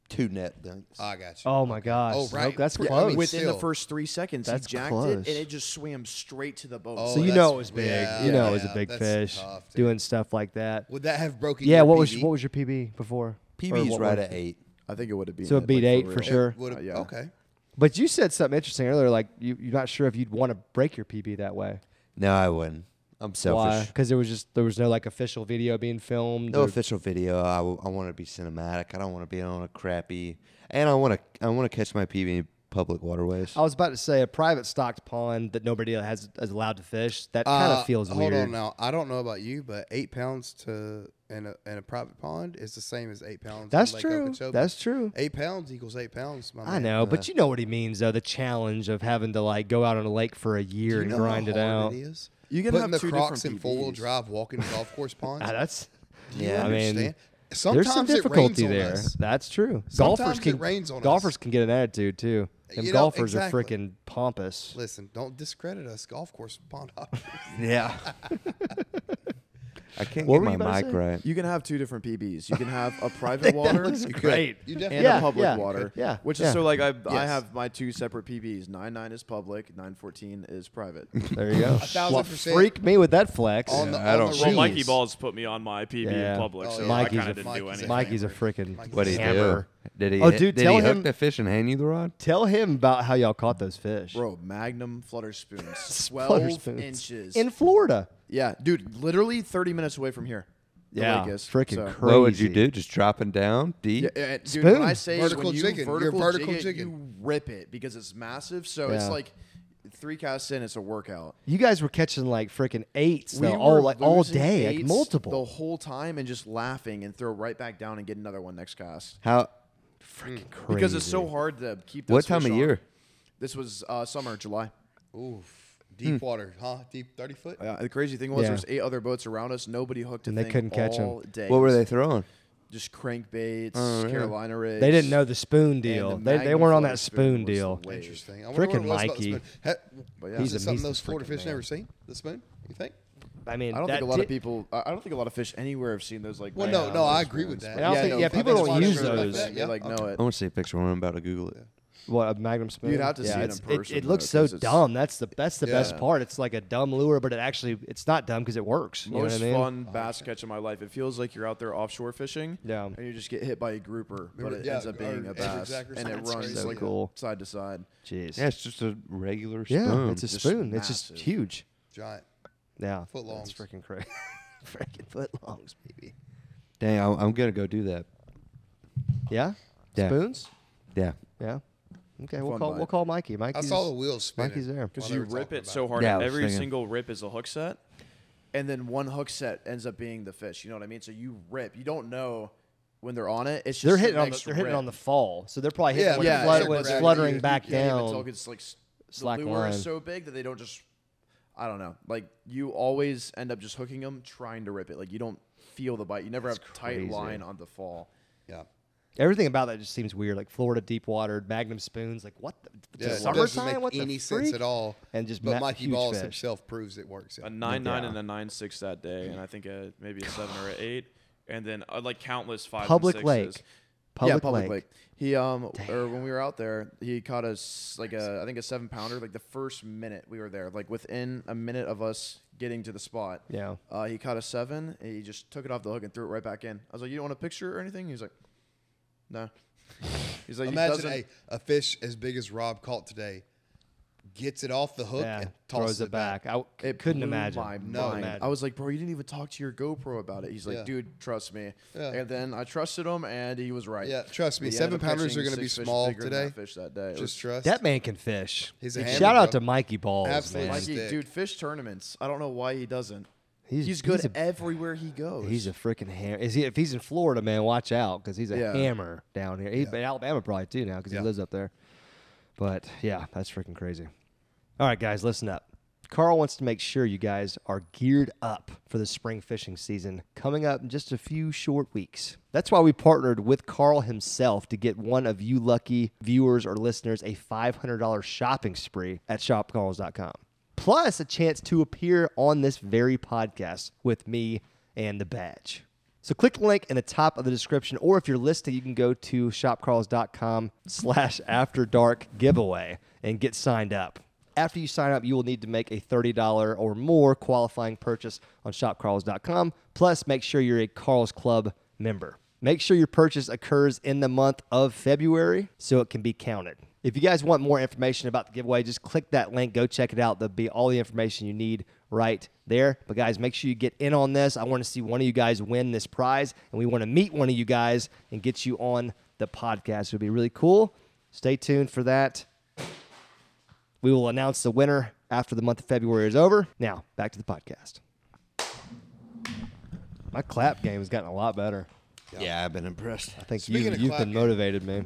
S1: two net dunks.
S3: I got you.
S2: Oh my gosh.
S3: Oh, right.
S2: Nope, that's
S3: Yeah, I
S2: close.
S3: mean, with-
S6: within the
S3: Still.
S6: first three seconds,
S2: That's
S6: he jacked
S2: close.
S6: it and it just swam straight to the boat.
S3: Oh,
S2: so you
S3: that's-
S2: know it was big.
S3: yeah,
S2: you know it was a
S3: yeah,
S2: big
S3: that's
S2: fish
S3: tough, dude.
S2: doing stuff like that.
S3: Would that have broken?
S2: Yeah.
S3: your
S2: What was
S3: PB?
S2: what was your PB before? Or
S1: PB's
S2: what
S1: right
S2: was-
S1: at eight.
S6: I think it would have been.
S2: So it beat eight for
S6: real.
S2: sure.
S3: Would have,
S6: Uh, yeah.
S3: Okay.
S2: But you said something interesting earlier, like you, you're not sure if you'd want to break your PB that way.
S1: No, I wouldn't. I'm
S2: Why?
S1: selfish.
S2: Because there was just there was no like official video being filmed.
S1: No
S2: or-
S1: official video. I, want to be cinematic. I don't want to be on a crappy, and I want to I want to catch my PB in public waterways.
S2: I was about to say a private stocked pond that nobody has is allowed to fish. That kind
S3: Uh,
S2: of feels
S3: hold
S2: weird.
S3: on now. I don't know about you, but eight pounds to in a in a private pond is the same as eight pounds. in
S2: That's
S3: Lake
S2: true.
S3: Okeechobee.
S2: That's true.
S3: Eight pounds equals eight pounds. My
S2: I
S3: man. Uh.
S2: know, but you know what he means though. The challenge of having to like go out on a lake for a
S3: Do
S2: year
S3: you
S2: and
S3: know how
S2: grind it
S3: hard
S2: out.
S3: It is?
S6: You can
S3: Putting
S6: have
S3: the
S6: two
S3: Crocs
S6: different
S3: in four wheel
S6: PBs.
S3: drive, walking the
S6: *laughs*
S3: golf course ponds.
S2: Ah, that's
S1: yeah,
S2: I mean,
S3: Understand?
S2: there's some
S3: Sometimes it rains
S2: difficulty
S3: on
S2: there.
S3: us.
S2: That's true. golfers
S3: Sometimes it
S2: can
S3: rains on us.
S2: golfers can get an attitude too. Them
S3: You know,
S2: golfers
S3: exactly.
S2: are freaking pompous.
S3: Listen, don't discredit us, golf course pond hoppers.
S1: yeah. I can't
S2: What
S1: get
S2: were
S1: my
S2: you about to say?
S1: mic right.
S6: You *laughs* can have two different PBs. You can have a private water
S2: You great. *laughs*
S3: You
S6: and
S3: definitely
S2: Yeah,
S6: a public
S2: yeah,
S6: water.
S2: yeah,
S6: Which
S2: yeah.
S6: is so like I I
S3: Yes.
S6: have my two separate PBs. Nine nine is public. Nine fourteen is private.
S2: There you go.
S3: thousand
S2: Well,
S3: percent.
S2: freak me with that flex.
S3: on the
S1: I
S3: on
S1: don't-
S3: the *laughs*
S7: Well,
S2: Jeez.
S3: road.
S7: Mikey Balls put me on my PB
S2: Yeah.
S7: in public,
S3: Oh,
S7: so
S3: yeah.
S7: I
S2: Mikey's
S7: kind
S2: a-
S7: of didn't do
S3: Mikey's a-
S7: anything.
S2: Mikey's a freaking
S3: Mikey's
S1: What'd he do?
S2: hammer.
S1: Did he?
S2: Oh, dude,
S1: did
S2: tell
S1: he
S2: him-
S1: hook the fish and hand you the rod?
S2: Tell him about how y'all caught those fish. *laughs*
S6: Bro, Magnum flutter spoons,
S2: Flutter
S6: twelve
S2: spoons.
S6: inches.
S2: in Florida.
S6: yeah, dude, literally thirty minutes away from here. The
S2: Yeah,
S6: lake is.
S2: freaking
S6: So-
S2: crazy.
S1: What would you do? Just dropping down deep?
S6: Yeah, and dude,
S2: Spoon.
S6: when I say
S3: Vertical
S6: when you
S3: jigging. You're
S6: vertical,
S3: vertical
S6: jig it,
S3: jigging.
S6: you rip it because it's massive. So
S2: Yeah.
S6: it's like three casts in, it's a workout.
S2: You guys were catching like freaking eights though,
S6: were
S2: all like all
S6: losing
S2: day, like
S6: eights
S2: multiple.
S6: the whole time, and just laughing and throw right back down and get another one next cast
S1: How?
S2: freaking crazy.
S6: because it's so hard to keep. Those
S1: What time
S6: fish
S1: of
S6: on.
S1: year?
S6: This was uh, summer, July.
S3: Oof, deep water, huh? Deep thirty foot.
S6: Uh, the crazy thing was
S2: Yeah.
S6: there was eight other boats around us. Nobody hooked a
S2: And they
S6: thing
S2: couldn't catch 'em.
S6: all day.
S1: What were they throwing?
S6: Just crankbaits,
S1: Oh, yeah.
S6: Carolina rigs.
S2: They didn't know the spoon
S6: the
S2: deal. they, they
S6: Magnum
S2: weren't on
S6: flutter
S2: that spoon
S6: spoon was the
S2: deal.
S6: way-
S3: Interesting. I wonder what
S2: Frickin'
S3: it was about the
S2: Mikey.
S3: spoon. Ha-
S6: But yeah.
S2: He's
S3: Is
S2: a-
S3: it something
S2: he's a
S3: those Florida
S2: frickin'
S3: fish
S2: man.
S3: never seen? The spoon? You think?
S2: I mean,
S6: I don't
S2: that
S6: think a lot
S2: did-
S6: of people. I I don't think a lot of fish anywhere have seen those like.
S3: Well, no,
S6: Magnum
S3: no, I
S6: flutter
S3: agree with that.
S6: spoons, but
S2: I don't think- yeah,
S3: if I
S2: people
S3: think
S2: don't
S3: it's
S2: use
S3: Florida
S6: Florida
S3: fish
S2: those.
S3: like that,
S6: They like
S3: Okay.
S6: know it.
S1: I want to see a picture. when I'm about to Google it.
S2: What a Magnum spoon.
S4: You'd have to see it in
S2: it's-
S4: person,
S2: It, looks
S4: though,
S2: so
S4: 'cause it's-
S2: dumb. That's the that's the best
S4: Yeah.
S2: part. It's like a dumb lure, but it actually it's not dumb because it works. You know what
S4: Most
S2: I mean?
S4: fun
S3: Oh,
S4: bass catch of my life. It feels like you're out there offshore fishing.
S2: Yeah.
S4: And you just get hit by a grouper, but
S3: Remember-
S4: it
S3: yeah,
S4: ends up being
S3: our-
S4: a
S3: it's
S4: bass,
S3: exactly
S4: and it
S3: so- it's
S4: runs
S3: so
S4: like
S2: cool.
S4: side to side.
S2: Jeez.
S1: Yeah, it's just a regular spoon.
S2: Yeah, it's a
S1: Just-
S2: spoon. It's just
S4: massive.
S2: huge.
S3: Giant.
S2: Yeah.
S3: Foot longs.
S2: It's freaking crazy. *laughs* freaking foot longs, baby.
S1: Dang, I'm, I'm gonna go do that.
S2: Yeah?
S1: Yeah.
S2: Spoons?
S1: Yeah.
S2: Yeah. Okay, we'll
S4: Fun
S2: call
S4: bite.
S2: we'll call Mikey. Mikey's
S3: I saw the wheels spinning.
S2: Mikey's there.
S6: Because
S3: while they
S6: you
S3: were
S6: rip
S3: talking
S6: it
S3: about
S6: so hard,
S1: Yeah, I was
S6: every
S1: thinking.
S6: single rip is a hook set, and then one hook set ends up being the fish. You know what I mean? So you rip. You don't know when they're on it. It's just
S2: They're hitting on the
S6: next
S2: they're hitting
S6: rip.
S2: on the fall. So they're probably hitting
S3: Yeah,
S2: when,
S3: yeah,
S2: it flut-
S3: it's
S2: when it's
S3: like
S2: fluttering
S3: gravity.
S2: back
S6: You can't even
S2: down.
S6: tell 'cause it's like s-
S2: Slack
S6: the lure
S2: line.
S6: is so big that they don't just. I don't know. Like you always end up just hooking them, trying to rip it. Like you don't feel the bite. You never have
S2: crazy.
S6: tight line on the fall.
S3: Yeah.
S2: Everything about that just seems weird. Like Florida deep water, Magnum spoons. Like what? The, it's
S3: Yeah,
S2: the
S3: it doesn't
S2: summertime?
S3: make
S2: What the
S3: any
S2: freak?
S3: sense at all.
S2: And just ma-
S3: but Mikey
S2: huge
S3: Balls
S2: fish.
S3: himself proves it works.
S6: a nine nine
S2: Yeah.
S6: and a nine six that day, and I think a, maybe a seven *sighs* or an eight, and then uh, like countless five and
S2: Public
S6: sixes.
S2: lake. Public,
S6: yeah, public
S2: lake.
S6: lake. He um or when we were out there, he caught us like a I think a seven pounder. Like the first minute we were there, like within a minute of us getting to the spot.
S2: Yeah.
S6: Uh, he caught a seven. And he just took it off the hook and threw it right back in. I was like, "You don't want a picture or anything?" He was like, "No." *laughs* He's like, he
S3: Imagine
S6: doesn't.
S3: a, a fish as big as Rob caught today gets it off the hook
S2: Yeah,
S3: and tosses
S2: throws it back. I w-
S6: It
S2: couldn't
S6: blew
S2: imagine.
S6: my
S2: Couldn't
S3: No.
S6: mind.
S2: imagine.
S6: I was like, bro, you didn't even talk to your GoPro about it. He's like,
S3: Yeah.
S6: dude, trust me.
S3: Yeah.
S6: And then I trusted him, and he was right.
S3: Yeah, trust me,
S6: We
S3: seven
S6: ended up
S3: pounders
S6: catching
S3: are gonna be
S6: six fish
S3: small
S6: bigger than that
S3: today.
S6: Fish that day. It was-
S3: Just trust.
S2: that man can fish.
S3: He's a
S2: And
S3: hammer,
S2: shout out
S3: bro.
S2: to Mikey Balls,
S3: Absolutely.
S2: man.
S3: Mikey-
S6: Mikey,
S3: stick.
S6: dude, fish tournaments. I don't know why he doesn't.
S2: He's-
S6: He's, good
S2: he's a-
S6: everywhere he goes.
S2: He's a freaking hammer. Is he? If he's in Florida, man, watch out because he's a
S6: Yeah.
S2: hammer down here. He's in Alabama probably too now because
S3: Yeah.
S2: he lives up there. But yeah, that's freaking crazy. All right, guys, listen up. Carl wants to make sure you guys are geared up for the spring fishing season coming up in just a few short weeks. That's why we partnered with Carl himself to get one of you lucky viewers or listeners a $500 shopping spree at shopcarls.com. Plus, a chance to appear on this very podcast with me and the badge. So click the link in the top of the description, or if you're listening, you can go to shopcarls.com slash after dark giveaway and get signed up. After you sign up, you will need to make a $30 or more qualifying purchase on shopcarls.com. Plus, make sure you're a Carls Club member. Make sure your purchase occurs in the month of February so it can be counted. If you guys want more information about the giveaway, just click that link, go check it out. There'll be all the information you need right there. But guys, make sure you get in on this. I want to see one of you guys win this prize, and we want to meet one of you guys and get you on the podcast. It would be really cool. Stay tuned for that. We will announce the winner after the month of February is over. Now, back to the podcast. My clap game has gotten a lot better.
S1: yeah, I've been impressed.
S2: I think
S3: Speaking
S2: you,
S3: of
S2: you've
S3: clap
S2: been
S3: game-
S2: motivated, man.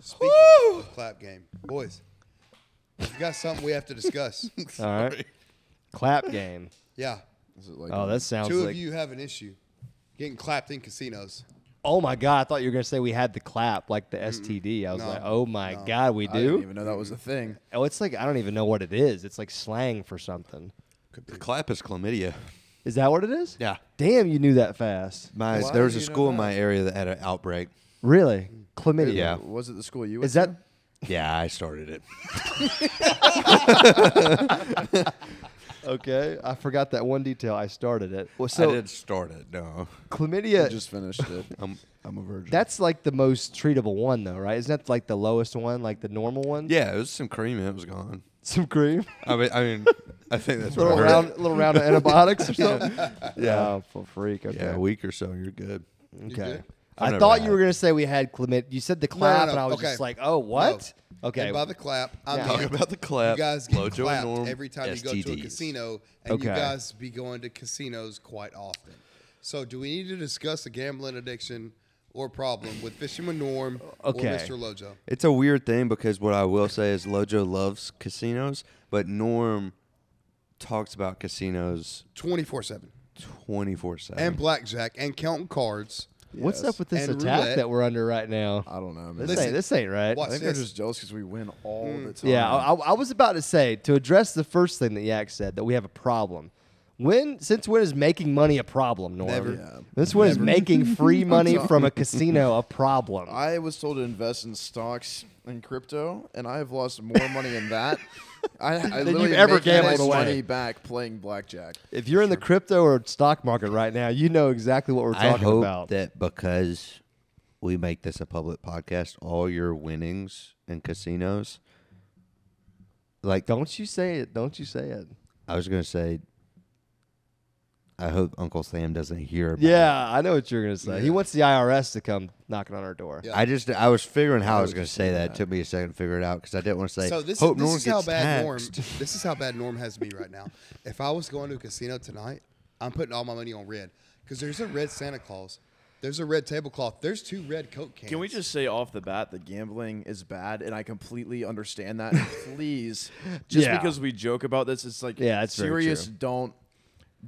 S3: Speaking of clap game, boys, we've got something we have to discuss.
S2: All right. Clap game.
S3: yeah,
S6: Is it like
S2: Oh, that sounds
S3: two
S2: like.
S3: of you have an issue getting clapped in casinos.
S2: Oh my God! I thought you were gonna say we had the clap, like the STD. I was
S3: No,
S2: like, oh my God, we
S6: I didn't
S2: do.
S6: even know that was a thing.
S2: Oh, it's like I don't even know what it is. It's like slang for something.
S1: The clap is chlamydia.
S2: Is that what it is?
S1: Yeah.
S2: Damn, you knew that fast.
S1: My
S6: Why
S1: there was
S6: do
S1: a
S6: you know
S1: school in
S6: that?
S1: my area that had an outbreak.
S2: Really? Chlamydia.
S1: Yeah.
S6: Was it the school you?
S2: Is
S6: went
S2: that?
S1: Yeah, I started it.
S2: Okay, I forgot that one detail. I started it. Well,
S1: I
S2: so
S1: did start it. No,
S6: to?
S2: chlamydia.
S6: I just finished it.
S1: I'm
S6: I'm a virgin.
S2: that's like the most treatable one, though, right? Isn't that like the lowest one, like the normal one?
S1: yeah. It was some cream. and It was gone.
S2: Some cream,
S1: I mean, I mean, I think that's
S2: little
S1: what I heard.
S2: round, little round of
S1: *laughs*
S2: antibiotics or something. Yeah, for freak. Okay.
S1: Yeah, a week or so. You're good.
S2: Okay.
S3: good?
S1: I've
S2: I
S1: never
S2: thought
S1: had
S2: you were going to say we had chlamydia. You said the clap,
S3: no,
S2: and I was
S3: okay.
S2: just like, oh, what?
S3: No.
S2: Okay.
S3: And by the clap, I'm
S2: Yeah.
S1: Talk
S3: talking
S1: about the clap.
S3: You guys get
S1: Lojo and
S3: clapped
S1: Norm,
S3: every time you go to
S1: STDs.
S3: a casino, and you
S2: Okay.
S3: guys be going to casinos quite often. So, do we need to discuss a gambling addiction or problem with Fisherman Norm
S2: Okay.
S3: or Mr. Lojo?
S1: It's a weird thing because what I will say is Lojo loves casinos, but Norm talks about casinos
S3: 24 7.
S1: twenty four
S3: And
S1: seven.
S3: blackjack and counting cards.
S2: What's
S6: Yes.
S2: up with this
S3: And
S2: attack
S3: roulette.
S2: that we're under right now?
S6: I don't know, man.
S2: This,
S3: Listen,
S2: ain't, this ain't right.
S6: I
S3: Watch
S6: think they're
S3: this.
S6: just jealous because we win all
S3: Hmm.
S6: the time.
S2: Yeah, I, I I was about to say to address the first thing that Yak said that we have a problem. When since when is making money a problem, Norm?
S1: Never.
S2: Since when is making
S3: *laughs*
S2: free money from a casino a problem?
S4: I was told to invest in stocks and crypto, and I have lost more money in
S2: *laughs*
S4: that. I, I literally
S2: you've ever
S4: make my
S2: gambled away.
S4: money back playing blackjack.
S2: if you're in the crypto or stock market right now, you know exactly what we're
S1: I
S2: talking
S1: hope
S2: about.
S1: that because we make this a public podcast, all your winnings in casinos, like
S2: don't you say it. Don't you say it.
S1: I was gonna say, I hope Uncle Sam doesn't hear. About it.
S2: Yeah, I know what you're gonna say. He wants the IRS to come knocking on our door.
S3: Yeah.
S1: I just I was figuring how I was gonna say that. It took me a second to figure it out because I didn't want to say.
S3: So this,
S1: hope
S3: this
S1: Norm
S3: is how
S1: gets
S3: bad Norm.
S1: taxed."
S3: *laughs* This is how bad Norm has me right now. If I was going to a casino tonight, I'm putting all my money on red because there's a red Santa Claus, there's a red tablecloth, there's two red Coke cans.
S6: Can we just say off the bat that gambling is bad, and I completely understand that.
S2: *laughs*
S6: Please, just
S2: Yeah.
S6: because we joke about this, it's like
S2: Yeah, that's very
S6: serious.
S2: true.
S6: Don't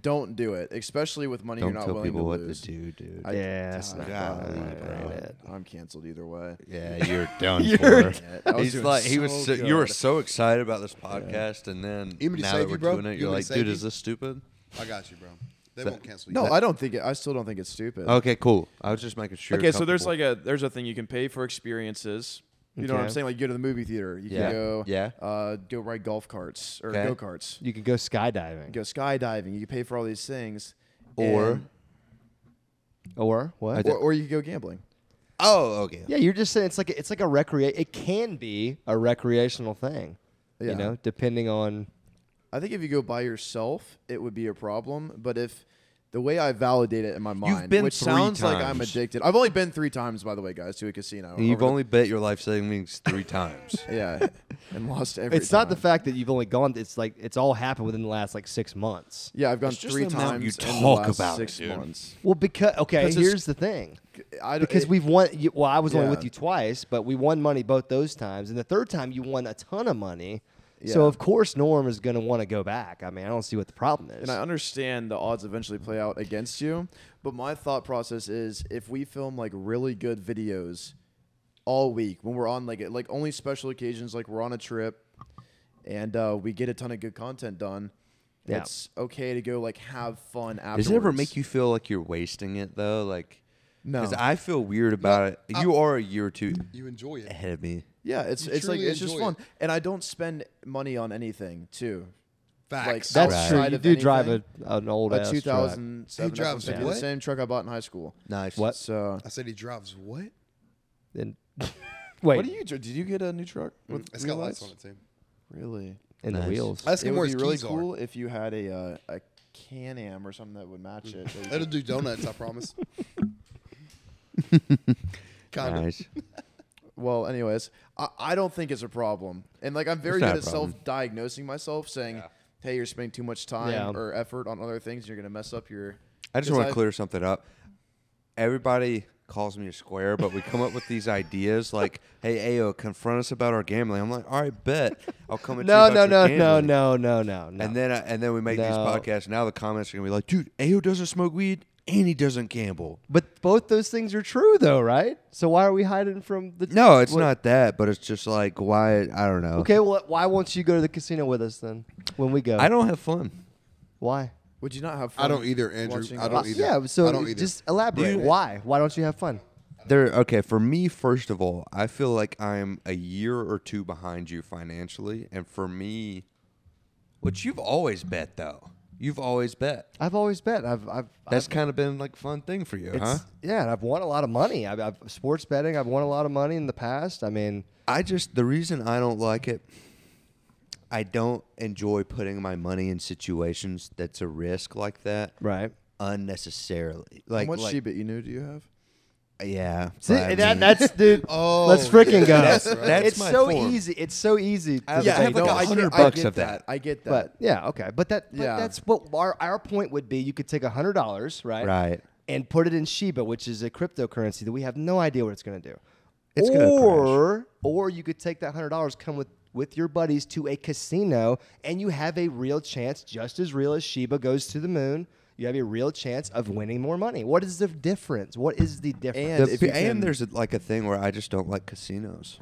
S6: don't do it, especially with money
S1: Don't
S6: you're not
S1: tell
S6: willing
S1: people
S6: to
S1: what
S6: lose.
S1: to do, dude.
S6: I-
S2: Yeah, it's not
S4: Ah,
S1: golly,
S2: fun,
S1: bro.
S2: ain't it?
S6: I'm canceled either
S4: *laughs*
S6: way.
S3: *laughs*
S1: yeah, you're done
S2: You're-
S1: for.
S6: I was
S1: He's
S6: doing
S1: like he was.
S6: so
S1: So, you were
S6: good.
S1: so excited about this podcast, and then
S3: You want me to
S1: now
S3: save
S1: that
S3: you,
S1: we're
S3: bro?
S1: doing it,
S3: You
S1: you're
S3: want me
S1: like,
S3: to save
S1: dude, is
S3: you?
S1: this stupid?
S3: I got you, bro. They won't cancel you.
S6: No, I don't think it. I still don't think it's stupid.
S1: Okay, cool. I was just making sure.
S6: okay, so there's
S1: comfortable.
S6: like a there's a thing you can pay for experiences. You know what I'm
S2: Okay.
S6: saying? Like you go to the movie theater, you
S1: Yeah.
S6: can go
S1: Yeah.
S6: uh, go ride golf carts or
S1: Okay.
S6: go karts.
S2: You can go skydiving
S6: You go skydiving. You can pay for all these things,
S1: Or-
S6: and-
S2: or what?
S1: I d-
S6: or, or you could go gambling.
S1: Oh, okay.
S2: Yeah, you're just saying it's like a, it's like a recreate. It can be a recreational thing, you
S6: Yeah.
S2: know, depending on.
S6: I think if you go by yourself, it would be a problem. But if the way I validate it in my mind,
S1: been
S6: which
S1: three
S6: sounds like I'm
S1: times.
S6: addicted. I've only been three times, by the way, guys, to a casino.
S1: And you've
S6: over
S1: only bet your life savings three times.
S6: the- *laughs* yeah, and lost every.
S2: It's not the
S6: time.
S2: fact that you've only gone. It's like it's all happened within the last like six months.
S6: Yeah, I've gone
S1: just
S6: three
S1: the amount
S6: times.
S1: you
S6: in the
S1: talk
S6: last
S1: about it,
S6: six
S1: dude.
S6: months.
S2: Well, because okay,
S6: Because it's-
S2: here's the thing.
S6: I don't-
S2: Because
S6: it-
S2: we've won. You, well, I was only with
S6: Yeah.
S2: you twice, but we won money both those times, and the third time you won a ton of money. So
S6: Yeah.
S2: of course Norm is going to want to go back. I mean, I don't see what the problem is.
S6: And I understand the odds eventually play out against you, but my thought process is if we film like really good videos all week when we're on like like only special occasions, like we're on a trip, and uh, we get a ton of good content done.
S2: Yeah.
S6: It's okay to go like have fun afterwards.
S1: Does it ever make you feel like you're wasting it though? Like,
S6: No.
S1: because I feel weird about it. You are a year or two
S3: You enjoy it.
S1: ahead of me.
S6: Yeah, it's
S3: You
S6: it's like
S3: truly
S6: it's just
S3: enjoy
S6: fun,
S3: it.
S6: and I don't spend money on anything too.
S3: Facts.
S6: Like,
S2: That's
S1: Outside
S2: true.
S6: of
S2: You do drive a,
S6: anything,
S2: an old
S6: A
S2: ass
S6: two
S2: truck.
S6: thousand
S3: He
S6: seven
S3: drives a
S6: the
S3: what?
S6: same truck I bought in high school.
S1: Nice.
S2: What?
S6: So
S3: I said he drives what?
S2: And *laughs* wait,
S6: what do you did you get a new truck? With
S3: Mm-hmm. It's got
S6: real
S3: lights on
S6: lights?
S3: it too.
S6: Really?
S2: and the
S1: Nice.
S2: wheels.
S3: That's
S6: it
S3: where
S6: would
S3: his
S6: be really
S3: keys are.
S6: cool if you had a uh, a Can Am or something that would match
S3: *laughs*
S6: it. that you
S3: It'll
S6: could-
S3: do donuts,
S2: *laughs*
S3: I promise. kind of.
S2: *laughs*
S1: Nice.
S6: well, anyways, I, I don't think it's a problem, and like I'm very
S1: not
S6: good
S1: a
S6: at
S1: problem.
S6: self-diagnosing myself, saying, "Hey, you're spending too much time
S2: Yeah.
S6: or effort on other things. You're gonna mess up your."
S1: I just
S6: 'cause
S1: want to clear something up. Everybody calls me a square, but we come up with these ideas like, "Hey, Ayo, confront us about our gambling." I'm like, "All right, bet I'll come at
S2: No,
S1: you."
S2: no,
S1: about
S2: no,
S1: your
S2: no,
S1: gambling."
S2: no, no, no, no.
S1: And then, I, and then we make these
S2: No.
S1: podcasts. Now the comments are gonna be like, "Dude, Ayo doesn't smoke weed and he doesn't gamble."
S2: But both those things are true, though, right? So why are we hiding from the?
S1: No, it's
S2: What-
S1: not that, but it's just like why I don't know.
S2: Okay, well, why won't you go to the casino with us then when we go?
S1: I don't have fun.
S2: Why? Uh,
S6: Would you not have? Fun
S3: I don't either, Andrew.
S6: watching
S3: I
S6: us?
S3: don't either.
S2: Yeah, so
S3: I don't either.
S2: just elaborate.
S1: Dude.
S2: why? Why don't you have fun?
S1: There, okay. For me, first of all, I feel like I'm a year or two behind you financially, and for me, which you've always bet though, you've always bet.
S2: I've always bet. I've, I've,
S1: That's kind of been like a fun thing for you,
S2: I've
S1: huh?
S2: it's- yeah, and I've won a lot of money. I've, I've sports betting. I've won a lot of money in the past. I mean,
S1: I just the reason I don't like it. I don't enjoy putting my money in situations that's a risk like that
S2: right?
S1: unnecessarily.
S6: How
S1: Like,
S6: much
S1: like
S6: Shiba Inu do you have?
S1: yeah,
S2: See,
S1: but I
S2: that,
S1: mean-
S2: that's
S1: *laughs*
S2: dude.
S3: Oh,
S2: let's freaking go.
S1: that's- that's
S2: it's
S1: my
S2: so
S1: form.
S2: easy. It's so easy. To
S1: have- Yeah, I have
S2: debate
S1: like
S2: that.
S1: a hundred
S6: get-
S1: bucks
S6: get
S1: of that.
S6: I get that.
S2: But yeah, okay. But that but
S6: Yeah.
S2: that's what our our point would be. You could take hundred dollars, right?
S1: Right.
S2: And put it in Shiba, which is a cryptocurrency that we have no idea what it's going to do.
S1: It's gonna
S2: or or you could take that hundred dollars, come with with your buddies to a casino, and you have a real chance, just as real as Shiba goes to the moon. You have a real chance of winning more money. What is the difference? What is the difference?
S6: And
S1: The
S6: if
S1: pe-
S6: you
S1: and
S6: can-
S1: there's a, like a thing where I just don't like casinos.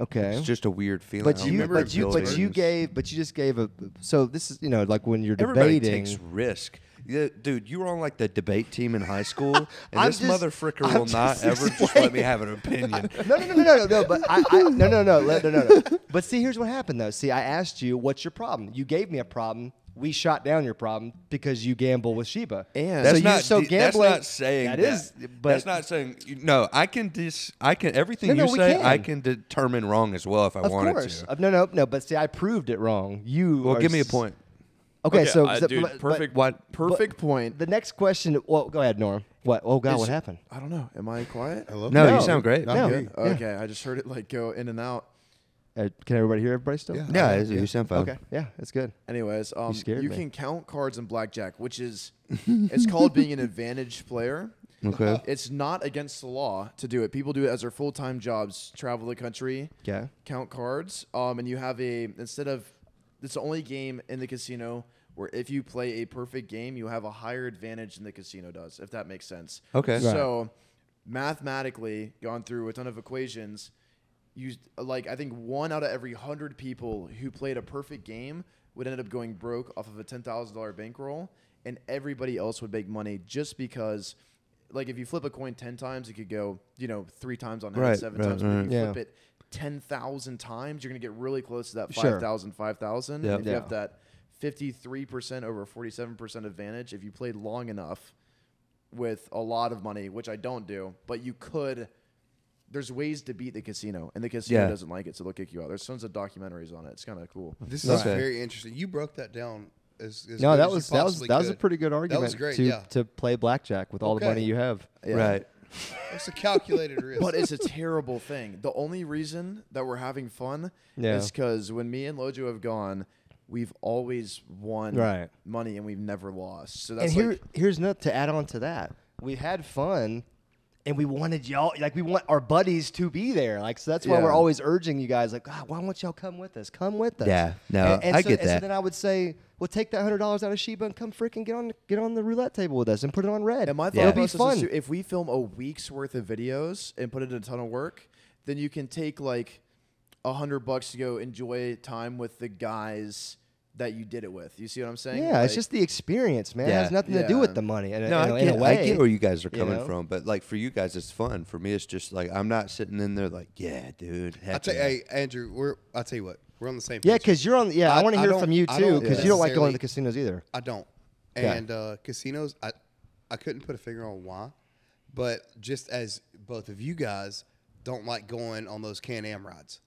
S2: Okay.
S1: It's just a weird feeling. I
S2: But
S1: don't
S2: you,
S1: remember
S2: but you, but
S1: buildings.
S2: you gave, but you just gave a. So this is, you know, like when you're
S1: Everybody
S2: debating.
S1: takes risk. Yeah, dude, you were on like the debate team in high school,
S2: *laughs*
S1: and
S2: I'm
S1: this
S2: just-
S1: motherfricker
S2: I'm
S1: will
S2: *laughs*
S1: not
S2: just
S1: ever just let me have an
S2: *laughs*
S1: opinion.
S2: no, no, no, no, no, no, no. But I, I no, no, no, no, no, no. But see, here's what happened though. See, I asked you, what's your problem? You gave me a problem. We shot down your problem because you gamble with Sheba.
S6: And-
S1: That's
S2: so
S1: not
S2: you, so
S1: de-
S2: gambling.
S1: That's not saying
S2: that is, but
S1: that's not saying no. I can dis. I can everything
S2: No, no,
S1: you
S2: we
S1: say. I
S2: can.
S1: can determine wrong as well if I
S2: of
S1: wanted
S2: course.
S1: to.
S2: Uh, No, no, no. But see, I proved it wrong. You
S1: Well,
S2: are
S1: give me a
S2: s-
S1: point.
S2: Okay,
S6: Okay,
S2: so
S6: I-
S2: so-
S6: dude,
S2: but-
S6: perfect-
S1: What?
S6: Perfect point.
S2: But the next question. Well, go ahead, Norm. What? Oh God,
S6: Is-
S2: what happened?
S6: I don't know. Am I quiet?
S3: Hello?
S1: No,
S2: No.
S1: you sound great.
S3: No.
S2: no.
S3: good.
S2: yeah.
S6: Okay, I just heard it like go in and out.
S2: Uh, can everybody hear everybody still?
S3: Yeah.
S1: Yeah, you sound fine.
S2: Okay. Yeah, that's good.
S6: Anyways, um, you,
S2: scared me.
S6: can count cards in blackjack, which
S2: *laughs*
S6: is it's called being an advantage player.
S1: Okay.
S6: *laughs* It's not against the law to do it. People do it as their full time jobs, travel the country,
S2: Yeah.
S6: count cards, um, and you have a instead of it's the only game in the casino where if you play a perfect game, you have a higher advantage than the casino does, if that makes sense.
S1: Okay. Right.
S6: So mathematically, gone through a ton of equations, you like I think one out of every hundred people who played a perfect game would end up going broke off of a ten thousand dollar bankroll, and everybody else would make money just because. Like if you flip a coin ten times, it could go, you know, three times on head,
S1: Right,
S6: seven
S1: right,
S6: times. but if you
S1: right.
S2: Yeah.
S6: flip it ten thousand times, you're gonna get really close to that
S2: Sure.
S6: 5,000, 5,000.
S1: Yep.
S6: If you
S2: Yeah.
S6: have that fifty-three percent over forty-seven percent advantage, if you played long enough with a lot of money, which I don't do, but you could. There's ways to beat the casino, and the casino
S1: Yeah.
S6: doesn't like it, so they'll kick you out. There's tons of documentaries on it. It's kind of cool.
S3: This is
S1: Okay.
S3: very interesting. You broke that down as, as
S2: No,
S3: good
S2: that
S3: as
S2: was
S3: you
S2: that was
S3: possibly
S2: that was a
S3: could.
S2: pretty good argument
S3: That was great.
S2: to
S3: yeah,
S2: to play blackjack with all the money
S3: Okay.
S2: you have.
S1: Right.
S3: it's a
S2: *laughs*
S3: calculated risk.
S6: But it's a terrible thing. The only reason that we're having fun
S2: Yeah.
S6: is because when me and Lojo have gone, we've always won
S2: Right.
S6: money and we've never lost. So
S2: and
S6: that's
S2: here
S6: like,
S2: here's nothing to add on to that. We had fun and we wanted y'all like we want our buddies to be there. Like so that's why we're
S6: Yeah.
S2: always urging you guys like God, why won't y'all come with us? Come with us.
S1: Yeah, no,
S2: And, and
S1: I
S2: so,
S1: get
S2: and so
S1: that.
S2: then I would say, well take that hundred dollars out of Sheba and come freaking get on get on the roulette table with us and put it on red.
S6: And my thought
S2: It'll be
S6: process is
S2: fun.
S6: to- if we film a week's worth of videos and put it in a ton of work, then you can take like a hundred bucks to go enjoy time with the guys that you did it with. You see what I'm saying?
S2: yeah, it's
S6: Like,
S2: just the experience, man. It
S1: Yeah.
S2: has nothing to do
S6: Yeah.
S2: with the money. In, a-
S1: No,
S2: in, a-
S1: I
S2: in
S1: get,
S2: a way,
S1: I get where you guys are
S2: you
S1: coming
S2: know?
S1: from, but like for you guys, it's fun. For me, it's just like I'm not sitting in there like, yeah, dude.
S3: I
S1: heck
S3: tell you,
S1: yeah.
S3: hey Andrew, we're I tell you what, we're on the same.
S2: Yeah,
S3: page.
S2: because you're on. Yeah, I,
S3: I-
S2: want to
S3: I
S2: hear
S3: don't-
S2: from you
S3: I
S2: too,
S3: don't
S2: because you don't like going to
S3: necessarily-
S2: the casinos either.
S3: I don't.
S2: Yeah.
S3: And uh, casinos, I I couldn't put a finger on why, but just as both of you guys don't like going on those Can Am rides,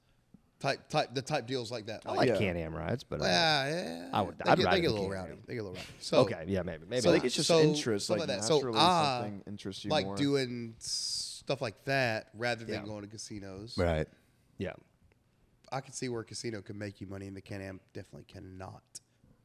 S3: type type the type deals like that.
S2: I like
S6: Yeah.
S2: Can Am rides, but uh,
S3: Yeah, yeah.
S2: I would-
S3: They
S2: I'd
S3: get,
S2: ride
S3: they
S2: in
S3: get a
S2: the
S3: little
S2: Can-Am.
S3: rowdy. They get a little rowdy. So
S2: okay, yeah, maybe, maybe.
S3: so
S2: not.
S6: I think it's just interest,
S3: stuff
S6: like,
S3: that. So
S6: naturally
S3: I
S6: something interests you
S3: like
S6: more.
S3: doing stuff like that rather than
S2: Yeah.
S3: going to casinos.
S1: Right.
S2: yeah.
S3: I can see where a casino can make you money, and the Can Am definitely cannot